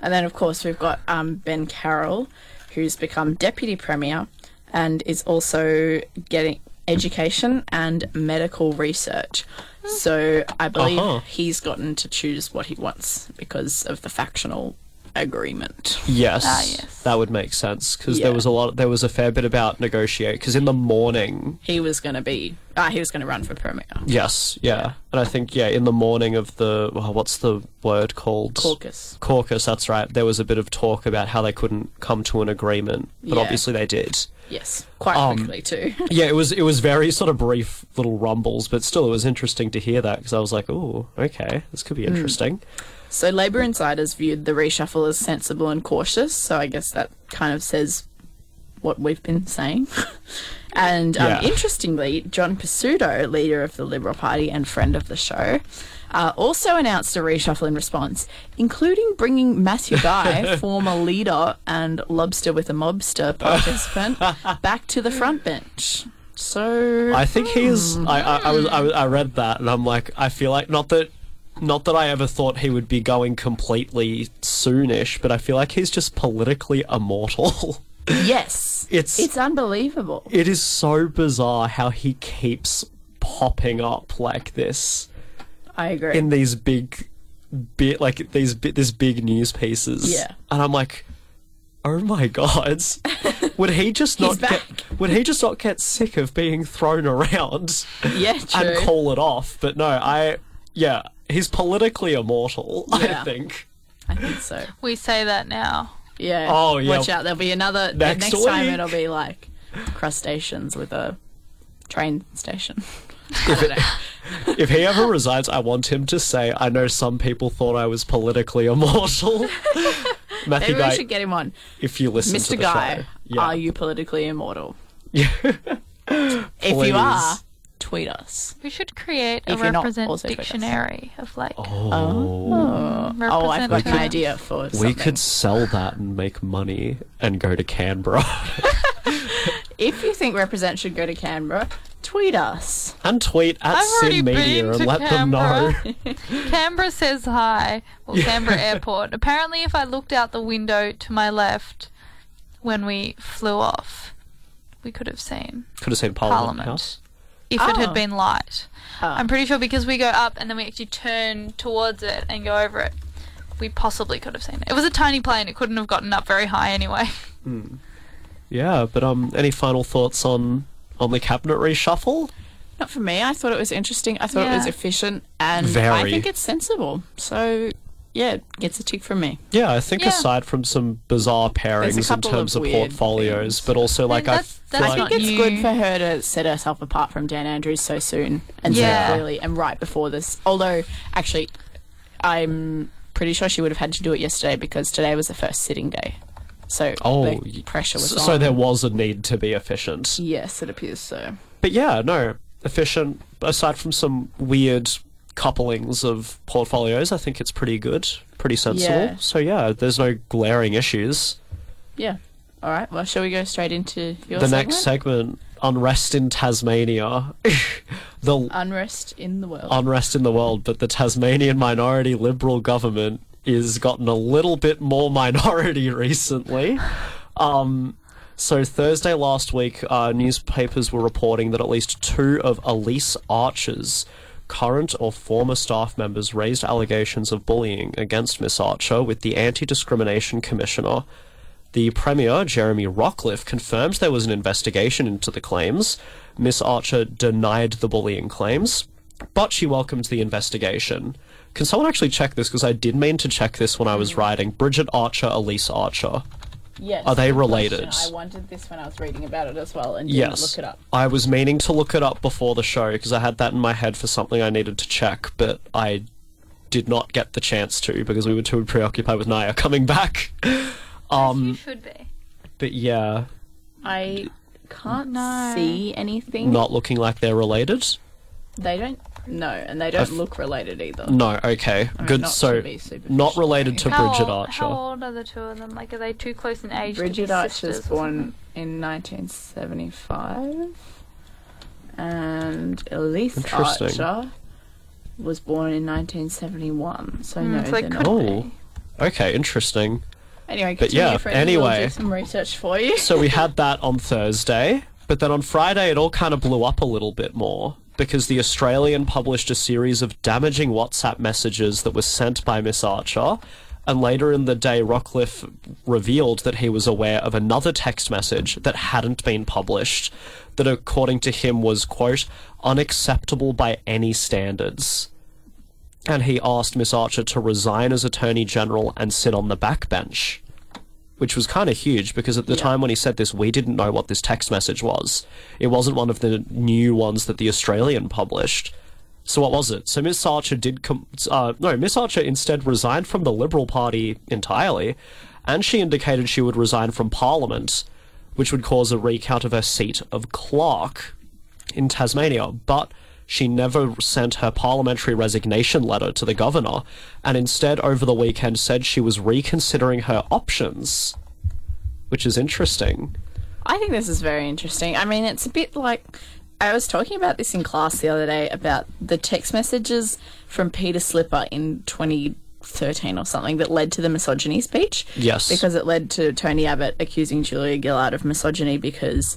Speaker 2: And then, of course, we've got um, Ben Carroll, who's become deputy premier and is also getting education and medical research. So I believe
Speaker 11: Uh-huh.
Speaker 2: he's gotten to choose what he wants because of the factional agreement.
Speaker 11: Yes,
Speaker 10: Ah, yes.
Speaker 11: that would make sense because
Speaker 2: Yeah.
Speaker 11: there was a lot. There was a fair bit about negotiate because in the morning.
Speaker 2: He was going to be, uh, he was going to run for premier.
Speaker 11: Yes, yeah. and I think yeah, in the morning of the well, what's the word called
Speaker 2: Caucus.
Speaker 11: Caucus. That's right. There was a bit of talk about how they couldn't come to an agreement, but
Speaker 2: Yeah.
Speaker 11: obviously they did.
Speaker 2: Yes, quite
Speaker 11: Um,
Speaker 2: quickly too.
Speaker 11: Yeah, it was it was very sort of brief little rumbles, but still it was interesting to hear that because I was like, oh, okay, this could be interesting.
Speaker 2: So Labour insiders viewed the reshuffle as sensible and cautious. So I guess that kind of says what we've been saying. and um,
Speaker 11: Yeah.
Speaker 2: interestingly, John Pasudo, leader of the Liberal Party and friend of the show, uh, also announced a reshuffle in response, including bringing Matthew Guy, former leader and lobster with a mobster participant, back to the front bench. So
Speaker 11: I think he is. I, I, I was I, was- I read that and I'm like, I feel like not that. Not that I ever thought he would be going completely soonish, but I feel like he's just politically immortal.
Speaker 2: yes,
Speaker 11: It's-
Speaker 2: it's unbelievable.
Speaker 11: it is so bizarre how he keeps popping up like this.
Speaker 2: I agree.
Speaker 11: in these big bit like these bi- this big news pieces.
Speaker 2: Yeah.
Speaker 11: And I'm like, oh my god, would he just
Speaker 2: He's
Speaker 11: not get? Would he just not get sick of being thrown around
Speaker 2: yeah, true.
Speaker 11: and call it off? But no, I yeah, he's politically immortal.
Speaker 2: Yeah.
Speaker 11: I think.
Speaker 2: I think so.
Speaker 10: We say that now.
Speaker 2: Yeah.
Speaker 11: Oh, yeah.
Speaker 2: Watch out. There'll be another next,
Speaker 11: Next
Speaker 2: time.
Speaker 11: week.
Speaker 2: It'll be like crustaceans with a train station.
Speaker 11: If he ever resigns, I want him to say, "I know some people thought I was politically immortal." Matthew
Speaker 2: Maybe we
Speaker 11: Guy,
Speaker 2: should get him on,
Speaker 11: if you listen to
Speaker 2: Mr.
Speaker 11: the
Speaker 2: Guy.
Speaker 11: show, yeah.
Speaker 2: Are you politically immortal? If
Speaker 11: Please.
Speaker 2: you are, tweet us.
Speaker 10: We should create a
Speaker 2: If you're not,
Speaker 10: represent
Speaker 2: also with us.
Speaker 10: dictionary of like
Speaker 2: uh, Oh, I've got an
Speaker 10: representative.
Speaker 2: idea for
Speaker 11: We
Speaker 2: something.
Speaker 11: could sell that and make money and go to Canberra
Speaker 2: If you think represent should go to Canberra, tweet us.
Speaker 11: and tweet at
Speaker 10: I've already
Speaker 11: Sin Media
Speaker 10: been to
Speaker 11: and let them know.
Speaker 10: Canberra. Canberra says hi. Well, Canberra Airport. Apparently, if I looked out the window to my left when we flew off, we could have seen
Speaker 11: Could have seen Parliament,
Speaker 10: Parliament.
Speaker 11: House.
Speaker 10: If it
Speaker 2: Oh. Ah.
Speaker 10: had been light. I'm pretty sure because we go up and then we actually turn towards it and go over it, we possibly could have seen it. It was a tiny plane, it couldn't have gotten up very high anyway.
Speaker 11: Yeah, but um, any final thoughts on on the cabinet reshuffle?
Speaker 2: Not for me. I thought it was interesting. I thought it was
Speaker 10: Yeah.
Speaker 2: efficient, and I
Speaker 11: Very.
Speaker 2: think it's sensible. So, yeah, it gets a tick from me.
Speaker 11: Yeah, I think
Speaker 10: Yeah.
Speaker 11: aside from some bizarre pairings in
Speaker 2: couple
Speaker 11: terms
Speaker 2: of
Speaker 11: of,
Speaker 2: weird
Speaker 11: portfolios,
Speaker 2: things.
Speaker 11: but also like I
Speaker 10: that's-
Speaker 11: feel
Speaker 10: that's
Speaker 11: like
Speaker 10: not
Speaker 2: think it's
Speaker 10: you-
Speaker 2: good for her to set herself apart from Dan Andrews so soon and
Speaker 10: Yeah.
Speaker 2: so clearly and right before this. Although, actually, I'm pretty sure she would have had to do it yesterday because today was the first sitting day. So
Speaker 11: oh
Speaker 2: the
Speaker 11: y-
Speaker 2: pressure was
Speaker 11: so,
Speaker 2: on.
Speaker 11: so there was a need to be efficient.
Speaker 2: yes, it appears so.
Speaker 11: But yeah, no, efficient. Aside from some weird couplings of portfolios, I think it's pretty good, pretty sensible.
Speaker 2: Yeah.
Speaker 11: So yeah, there's no glaring issues.
Speaker 2: Yeah. All right. Well, shall we go straight into your
Speaker 11: the
Speaker 2: segment?
Speaker 11: next segment, unrest in Tasmania, the
Speaker 2: unrest in the world.
Speaker 11: unrest in the world, but the Tasmanian minority Liberal government is gotten a little bit more minority recently. Um, so Thursday last week, uh, newspapers were reporting that at least two of Elise Archer's current or former staff members raised allegations of bullying against Miss Archer with the Anti Discrimination Commissioner the Premier, Jeremy Rockcliffe, confirmed there was an investigation into the claims. Miss Archer denied the bullying claims, but she welcomed the investigation. Can someone actually check this? Because I did mean to check this when I
Speaker 2: Mm.
Speaker 11: was writing. Bridget Archer, Elise Archer.
Speaker 2: Yes.
Speaker 11: Are they
Speaker 2: good
Speaker 11: related?
Speaker 2: question. I wanted this when I was reading about it as well and didn't
Speaker 11: Yes.
Speaker 2: look it up.
Speaker 11: I was meaning to look it up before the show because I had that in my head for something I needed to check, but I did not get the chance to because we were too preoccupied with Naya coming back.
Speaker 10: You
Speaker 11: Um,
Speaker 10: should be.
Speaker 11: but yeah,
Speaker 2: I can't
Speaker 10: No.
Speaker 2: see anything.
Speaker 11: not looking like they're related.
Speaker 2: They don't. No, and they don't
Speaker 11: I've-
Speaker 2: look related either.
Speaker 11: No, okay,
Speaker 2: mean,
Speaker 11: good.
Speaker 2: not
Speaker 11: So
Speaker 2: to be superficial,
Speaker 11: not related to
Speaker 10: How
Speaker 11: Bridget
Speaker 10: old,
Speaker 11: Archer.
Speaker 10: How old are the two of them? Like, are they too close in age? to
Speaker 2: Bridget
Speaker 10: be
Speaker 2: Archer's
Speaker 10: sisters or
Speaker 2: born in 1975, and Elise
Speaker 11: Interesting.
Speaker 2: Archer was born in 1971. So no,
Speaker 10: Hmm, so they
Speaker 2: they're not.
Speaker 10: could
Speaker 11: Oh, okay, interesting.
Speaker 2: Anyway,
Speaker 11: But
Speaker 2: continue,
Speaker 11: yeah,
Speaker 2: Freddie, we'll
Speaker 11: anyway.
Speaker 2: do some research for you.
Speaker 11: So we had that on Thursday, but then on Friday it all kind of blew up a little bit more because the Australian published a series of damaging WhatsApp messages that were sent by Miss Archer. And later in the day, Rockcliffe revealed that he was aware of another text message that hadn't been published, that according to him was, quote, unacceptable by any standards. And he asked Miss Archer to resign as Attorney General and sit on the backbench which was kind of huge because at the time when he said this, we didn't know what this text message was. It wasn't one of the new ones that the Australian published. So what was it? So Miss Archer did com- uh, no, Miss Archer instead resigned from the Liberal Party entirely, and she indicated she would resign from Parliament, which would cause a recount of her seat of Clark in Tasmania, but she never sent her parliamentary resignation letter to the governor, and instead over the weekend said she was reconsidering her options, which is interesting.
Speaker 2: I think this is very interesting. I mean, it's a bit like I was talking about this in class the other day about the text messages from Peter Slipper in 2013 or something that led to the misogyny speech.
Speaker 11: Yes.
Speaker 2: Because it led to Tony Abbott accusing Julia Gillard of misogyny because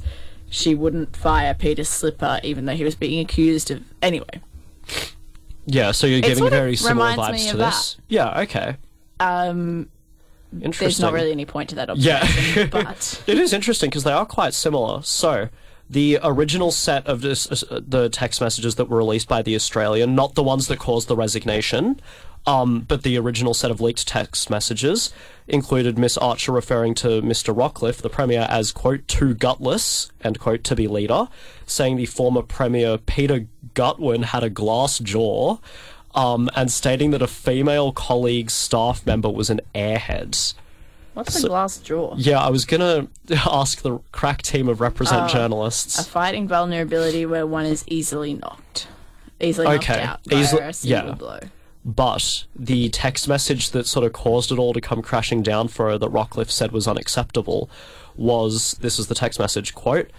Speaker 2: she wouldn't fire Peter Slipper even though he was being accused of. Anyway.
Speaker 11: Yeah, so you're getting
Speaker 2: sort of
Speaker 11: very similar
Speaker 2: reminds
Speaker 11: vibes
Speaker 2: me
Speaker 11: to
Speaker 2: of
Speaker 11: this. Yeah, okay.
Speaker 2: Um,
Speaker 11: Interesting.
Speaker 2: there's not really any point to that
Speaker 11: Yeah.
Speaker 2: observation, but
Speaker 11: It is interesting because they are quite similar. So, the original set of this, uh, the text messages that were released by the Australian, not the ones that caused the resignation, um, but the original set of leaked text messages included Miss Archer referring to Mr. Rockcliffe, the Premier, as, quote, too gutless, and, quote, to be leader, saying the former Premier Peter Gutwin had a glass jaw. Um, and stating that a female colleague staff member was an airhead.
Speaker 2: what's a glass jaw?
Speaker 11: Yeah, I was gonna ask the crack team of represent
Speaker 2: A
Speaker 11: journalists.
Speaker 2: fighting vulnerability where one is easily knocked, easily
Speaker 11: Okay.
Speaker 2: knocked out by
Speaker 11: Easily-
Speaker 2: a single
Speaker 11: yeah.
Speaker 2: blow.
Speaker 11: But the text message that sort of caused it all to come crashing down for her that Rockcliffe said was unacceptable was this is the text message quote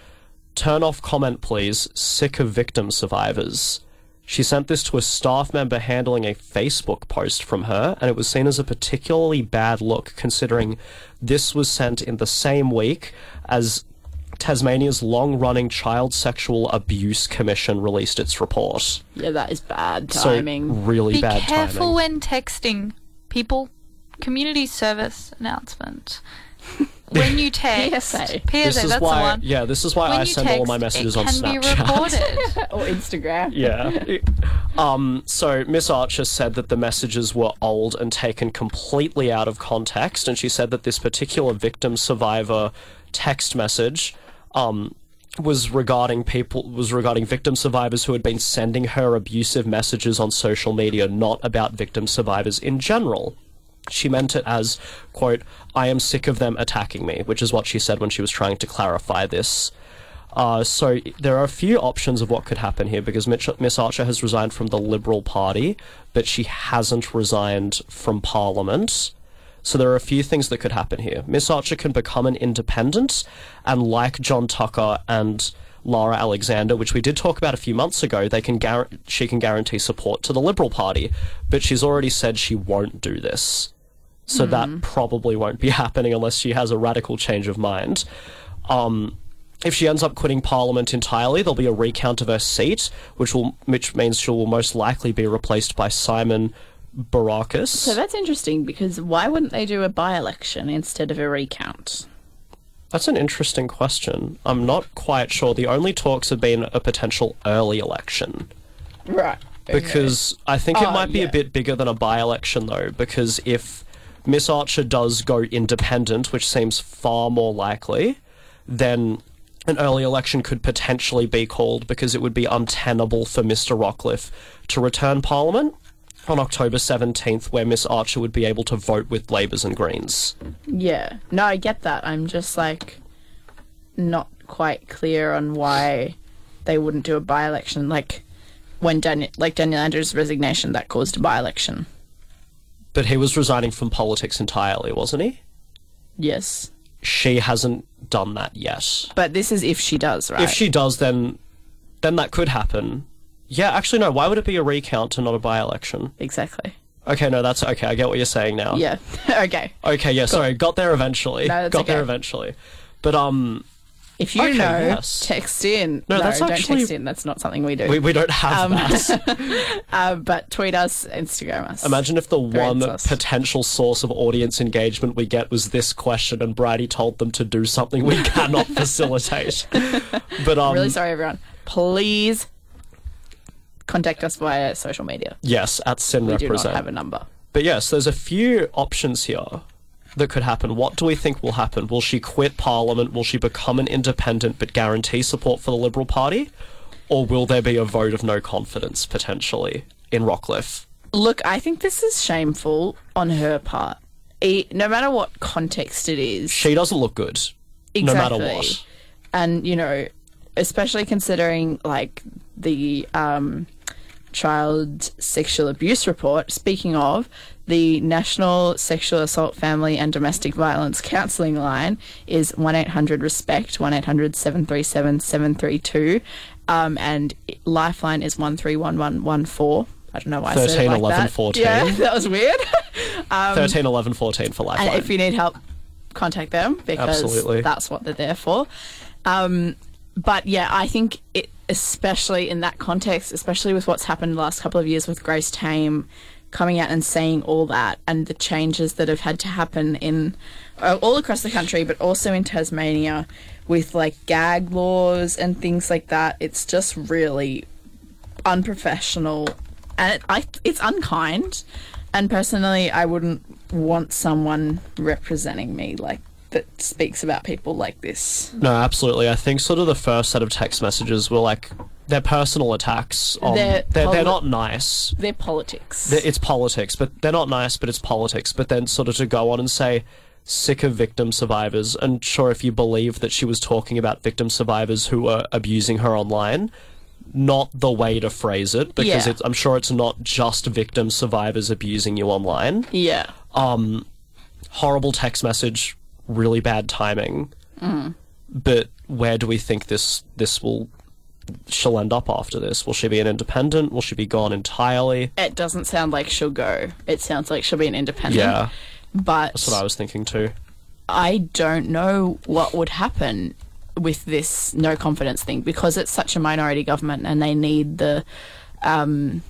Speaker 11: Turn off comment please, sick of victim survivors. She sent this to a staff member handling a Facebook post from her, and it was seen as a particularly bad look considering this was sent in the same week as Tasmania's long running Child Sexual Abuse Commission released its report.
Speaker 2: Yeah, that is bad
Speaker 11: So,
Speaker 2: timing.
Speaker 11: really
Speaker 10: Be
Speaker 11: bad
Speaker 10: careful
Speaker 11: timing.
Speaker 10: when texting, people. Community service announcement. When you text,
Speaker 2: PSA.
Speaker 10: PSA,
Speaker 11: this is
Speaker 10: that's
Speaker 11: why,
Speaker 10: the one.
Speaker 11: yeah, this is why
Speaker 10: when
Speaker 11: I
Speaker 10: you
Speaker 11: send
Speaker 10: text,
Speaker 11: all my messages
Speaker 10: it
Speaker 11: on
Speaker 10: can
Speaker 11: Snapchat.
Speaker 10: be recorded.
Speaker 2: or Instagram.
Speaker 11: yeah. Um, so Miss Archer said that the messages were old and taken completely out of context, and she said that this particular victim survivor text message um, was regarding people was regarding victim survivors who had been sending her abusive messages on social media, not about victim survivors in general. She meant it as, quote, I am sick of them attacking me, which is what she said when she was trying to clarify this. Uh, so there are a few options of what could happen here because Mitch- Miss Archer has resigned from the Liberal Party, but she hasn't resigned from Parliament. So there are a few things that could happen here. Miss Archer can become an independent, and like John Tucker and Lara Alexander, which we did talk about a few months ago, they can guar- she can guarantee support to the Liberal Party, but she's already said she won't do this. So that probably won't be happening unless she has a radical change of mind. Um, if she ends up quitting Parliament entirely, there'll be a recount of her seat, which will which means she will most likely be replaced by Simon Baracus.
Speaker 2: So that's interesting because why wouldn't they do a by election instead of a recount?
Speaker 11: That's an interesting question. I'm not quite sure. The only talks have been a potential early election.
Speaker 2: Right. okay.
Speaker 11: Because I think it
Speaker 2: Oh,
Speaker 11: might be
Speaker 2: yeah.
Speaker 11: a bit bigger than a by election, though, because if Miss Archer does go independent, which seems far more likely, then an early election could potentially be called because it would be untenable for Mr. Rockcliffe to return Parliament on October 17th, where Miss Archer would be able to vote with Labours and Greens.
Speaker 2: Yeah. No, I get that. I'm just like not quite clear on why they wouldn't do a by election. Like when Dan- like Daniel Andrews' resignation that caused a by election.
Speaker 11: But he was resigning from politics entirely, wasn't he?
Speaker 2: Yes.
Speaker 11: She hasn't done that yet.
Speaker 2: But this is if she does, right?
Speaker 11: If she does, then then that could happen. Yeah, actually, no. Why would it be a recount and not a by-election?
Speaker 2: Exactly.
Speaker 11: Okay, no, that's okay. I get what you're saying now.
Speaker 2: Yeah. okay.
Speaker 11: Okay, yeah. Sorry, got there eventually.
Speaker 2: No, that's
Speaker 11: got
Speaker 2: okay.
Speaker 11: there eventually. But um,
Speaker 2: If you
Speaker 11: Okay,
Speaker 2: know,
Speaker 11: yes.
Speaker 2: text in.
Speaker 11: No, that's
Speaker 2: don't
Speaker 11: actually-
Speaker 2: text in. That's not something we do.
Speaker 11: we, we don't have
Speaker 2: Um,
Speaker 11: that.
Speaker 2: uh, but tweet us, Instagram us.
Speaker 11: Imagine if the one
Speaker 2: us.
Speaker 11: potential source of audience engagement we get was this question, and Brady told them to do something we cannot facilitate. But um,
Speaker 2: really sorry, everyone. Please contact us via social media.
Speaker 11: yes, at Sin
Speaker 2: We do
Speaker 11: represent.
Speaker 2: not have a number.
Speaker 11: But yes, there's a few options here that could happen. What do we think will happen? Will she quit Parliament? Will she become an independent but guarantee support for the Liberal Party? Or will there be a vote of no confidence potentially in Rockcliffe?
Speaker 2: Look, I think this is shameful on her part. E- no matter what context it is,
Speaker 11: She doesn't look good, no matter what.
Speaker 2: Exactly. and you know, especially considering like the um, child sexual abuse report. Speaking of, the National Sexual Assault Family and Domestic Violence Counselling Line is one eight hundred Respect one 737 732 um, and Lifeline is one three one one one four. I don't know why I said it
Speaker 11: 13,
Speaker 2: like
Speaker 11: 11,
Speaker 2: that.
Speaker 11: 14.
Speaker 2: Yeah, that was weird.
Speaker 11: 13, 11, 14 for Lifeline.
Speaker 2: Um, And if you need help, contact them because
Speaker 11: Absolutely.
Speaker 2: that's what they're there for. Um, but yeah, I think it, especially in that context, especially with what's happened the last couple of years with Grace Tame coming out and saying all that and the changes that have had to happen in uh, all across the country, but also in Tasmania with like gag laws and things like that, it's just really unprofessional and it, I, it's unkind and personally i wouldn't want someone representing me like that speaks about people like this
Speaker 11: No, absolutely. I think sort of the first set of text messages were like their personal attacks on.
Speaker 2: They're
Speaker 11: They're,
Speaker 2: poli-
Speaker 11: they're, not nice.
Speaker 2: their politics
Speaker 11: Th- it's politics, but they're not nice, but it's politics. But then sort of to go on and say, sick of victim survivors, and sure, if you believe that she was talking about victim survivors who were abusing her online, not the way to phrase it, because
Speaker 2: Yeah.
Speaker 11: it's, I'm sure it's not just victim survivors abusing you online.
Speaker 2: yeah
Speaker 11: Horrible text message, really bad timing. But where do we think this this will she'll end up after this? Will she be an independent? Will she be gone entirely?
Speaker 2: it doesn't sound like she'll go it sounds like she'll be an independent
Speaker 11: Yeah,
Speaker 2: but
Speaker 11: that's what I was thinking too.
Speaker 2: I don't know what would happen with this no confidence thing because it's such a minority government and they need the um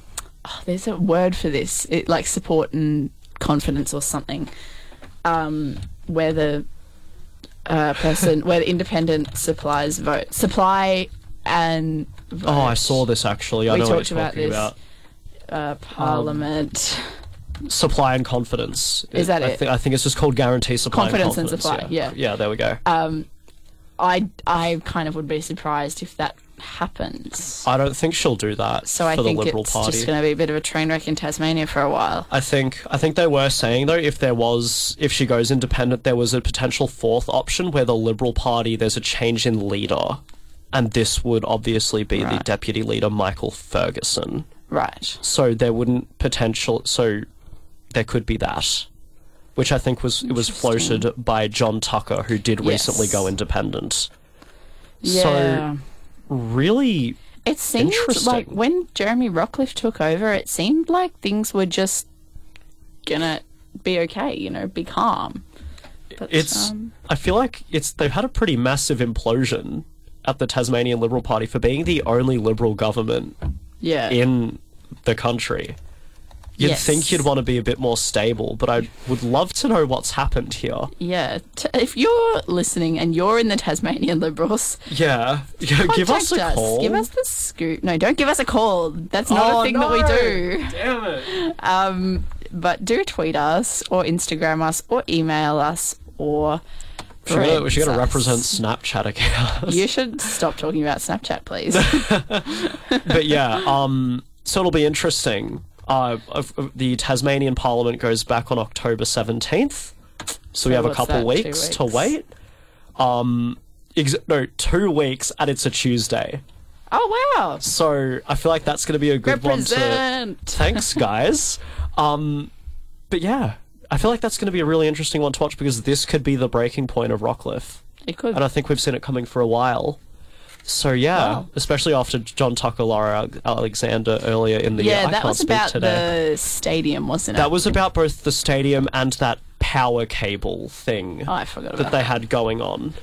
Speaker 2: oh, there's a word for this it like support and confidence or something um where the uh, person where the independent supplies vote supply and vote,
Speaker 11: Oh, I saw this actually. I
Speaker 2: We
Speaker 11: know what
Speaker 2: talked
Speaker 11: you're
Speaker 2: about
Speaker 11: talking
Speaker 2: this.
Speaker 11: about.
Speaker 2: uh, parliament
Speaker 11: Supply and confidence.
Speaker 2: Is that
Speaker 11: I
Speaker 2: it?
Speaker 11: thi- I think it's just called guarantee supply.
Speaker 2: Confidence
Speaker 11: and
Speaker 2: and
Speaker 11: confidence.
Speaker 2: supply, yeah. Uh,
Speaker 11: yeah. there we go.
Speaker 2: I I kind of would be surprised if that happens
Speaker 11: I don't think she'll do that
Speaker 2: so I
Speaker 11: for
Speaker 2: think
Speaker 11: the Liberal
Speaker 2: it's
Speaker 11: Party.
Speaker 2: just going to be a bit of a train wreck in Tasmania for a while
Speaker 11: I think I think they were saying though if there was if she goes independent there was a potential fourth option where the Liberal Party there's a change in leader and this would obviously be the deputy leader Michael Ferguson.
Speaker 2: right
Speaker 11: So there wouldn't potential so there could be that. Which I think was it was floated by John Tucker who did recently
Speaker 2: Yes.
Speaker 11: go independent.
Speaker 2: Yeah.
Speaker 11: So really
Speaker 2: it seemed like
Speaker 11: Interesting.
Speaker 2: when Jeremy Rockcliffe took over, it seemed like things were just gonna be okay, you know, be calm. But,
Speaker 11: it's
Speaker 2: um,
Speaker 11: I feel like it's they've had a pretty massive implosion at the Tasmanian Liberal Party for being the only liberal government
Speaker 2: yeah,
Speaker 11: in the country. You'd
Speaker 2: Yes.
Speaker 11: think you'd want to be a bit more stable, but I would love to know what's happened here.
Speaker 2: Yeah. T- if you're listening and you're in the Tasmanian Liberals,
Speaker 11: Yeah, yeah give us a
Speaker 2: contact
Speaker 11: call.
Speaker 2: Give us the scoop. No, don't give us a call. That's not
Speaker 11: Oh,
Speaker 2: a thing that we
Speaker 11: no.
Speaker 2: do.
Speaker 11: Damn it!
Speaker 2: Um, but do tweet us or Instagram us or email us or.
Speaker 11: We're gonna,
Speaker 2: friends
Speaker 11: we're gonna
Speaker 2: us.
Speaker 11: represent Snapchat account.
Speaker 2: You should stop talking about Snapchat, please.
Speaker 11: but yeah, um, so it'll be interesting. Uh, of- of- the Tasmanian Parliament goes back on October 17th, so, we have a
Speaker 2: Oh, what's
Speaker 11: couple
Speaker 2: that, two
Speaker 11: weeks, to
Speaker 2: weeks?
Speaker 11: wait. Um, ex- no, two weeks, and it's a Tuesday.
Speaker 2: oh wow!
Speaker 11: So I feel like that's going to be a good one
Speaker 2: Represent.
Speaker 11: to. Thanks, guys. um, but yeah, I feel like that's going to be a really interesting one to watch because this could be the breaking point of Rockcliffe,
Speaker 2: It could.
Speaker 11: and I think we've seen it coming for a while. So yeah,
Speaker 2: Wow.
Speaker 11: especially after John Tucker, Laura Ale- Alexander earlier in the year.
Speaker 2: yeah,
Speaker 11: I
Speaker 2: that
Speaker 11: can't
Speaker 2: was
Speaker 11: speak
Speaker 2: about
Speaker 11: today.
Speaker 2: the stadium, wasn't it?
Speaker 11: That was about both the stadium and that power cable thing
Speaker 2: Oh, I forgot
Speaker 11: that
Speaker 2: about
Speaker 11: they had going on.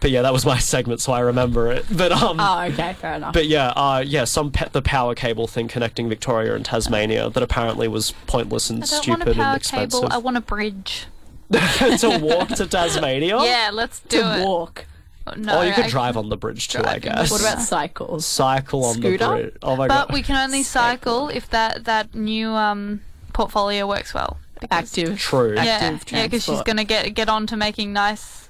Speaker 11: But yeah, that was my segment, so I remember it. But um,
Speaker 2: Oh, okay, fair enough.
Speaker 11: but yeah, uh, yeah, some pe- the power cable thing connecting Victoria and Tasmania that apparently was pointless and
Speaker 10: I don't want
Speaker 11: stupid
Speaker 10: a
Speaker 11: and
Speaker 10: power
Speaker 11: expensive.
Speaker 10: cable. I want a bridge.
Speaker 11: to walk to Tasmania.
Speaker 10: Yeah, let's do
Speaker 2: to
Speaker 10: it.
Speaker 2: walk.
Speaker 10: Oh, No,
Speaker 11: Or Oh, you could
Speaker 10: I-
Speaker 11: drive on the bridge too, I
Speaker 10: Driving.
Speaker 11: guess.
Speaker 2: What about cycles?
Speaker 11: cycle on
Speaker 2: Scooter?
Speaker 11: the bridge? Oh my
Speaker 10: But
Speaker 11: god!
Speaker 10: we can only cycle if that that new um portfolio works well. Because-
Speaker 2: Active.
Speaker 11: True.
Speaker 10: Yeah,
Speaker 2: active
Speaker 10: yeah, because she's
Speaker 2: transport.
Speaker 10: gonna get get on to making nice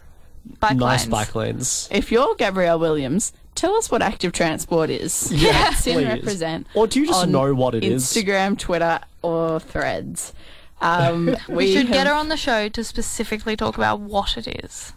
Speaker 10: bike
Speaker 11: nice
Speaker 10: lanes.
Speaker 11: bike lanes.
Speaker 2: If you're Gabrielle Williams, tell us what active transport is.
Speaker 11: Yeah,
Speaker 2: Sin
Speaker 11: please.
Speaker 2: represent.
Speaker 11: Or do you just
Speaker 2: on
Speaker 11: know what it is?
Speaker 2: Instagram, Twitter, or Threads. Um, we,
Speaker 10: We should get her
Speaker 2: have-
Speaker 10: on the show to specifically talk about what it is.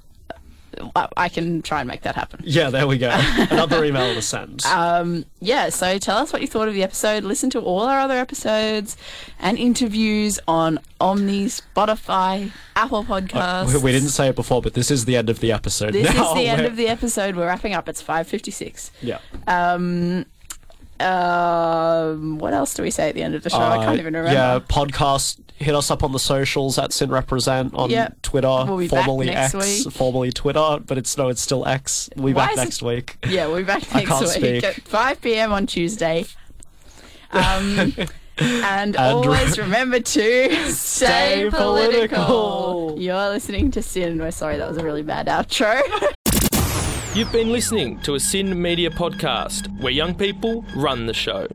Speaker 2: I- I can try and make that happen.
Speaker 11: Yeah, there we go. Another email to send.
Speaker 2: Uh, yeah, so tell us what you thought of the episode. Listen to all our other episodes and interviews on Omni, Spotify, Apple Podcasts.
Speaker 11: Uh, we, we didn't say it before, but this is the end of the episode.
Speaker 2: this
Speaker 11: now.
Speaker 2: is the end
Speaker 11: We're-
Speaker 2: of the episode. We're wrapping up. It's 5.56.
Speaker 11: Yeah.
Speaker 2: Um, um, what else do we say at the end of the show? I
Speaker 11: Uh,
Speaker 2: can't even remember.
Speaker 11: Yeah, podcast. Hit us up on the socials at SinRepresent on
Speaker 2: Yep.
Speaker 11: Twitter,
Speaker 2: We'll be back
Speaker 11: formerly
Speaker 2: next
Speaker 11: X,
Speaker 2: week.
Speaker 11: formerly Twitter, but it's no, it's still X. We'll be
Speaker 2: Why
Speaker 11: back
Speaker 2: is it-
Speaker 11: next week.
Speaker 2: Yeah, we'll be back next
Speaker 11: can't
Speaker 2: week
Speaker 11: speak.
Speaker 2: at 5 p.m. on Tuesday. Um, and, always remember to stay
Speaker 11: political.
Speaker 2: political. You're listening to Sin. We're sorry, that was a really bad outro.
Speaker 1: You've been listening to a Sin Media podcast where young people run the show.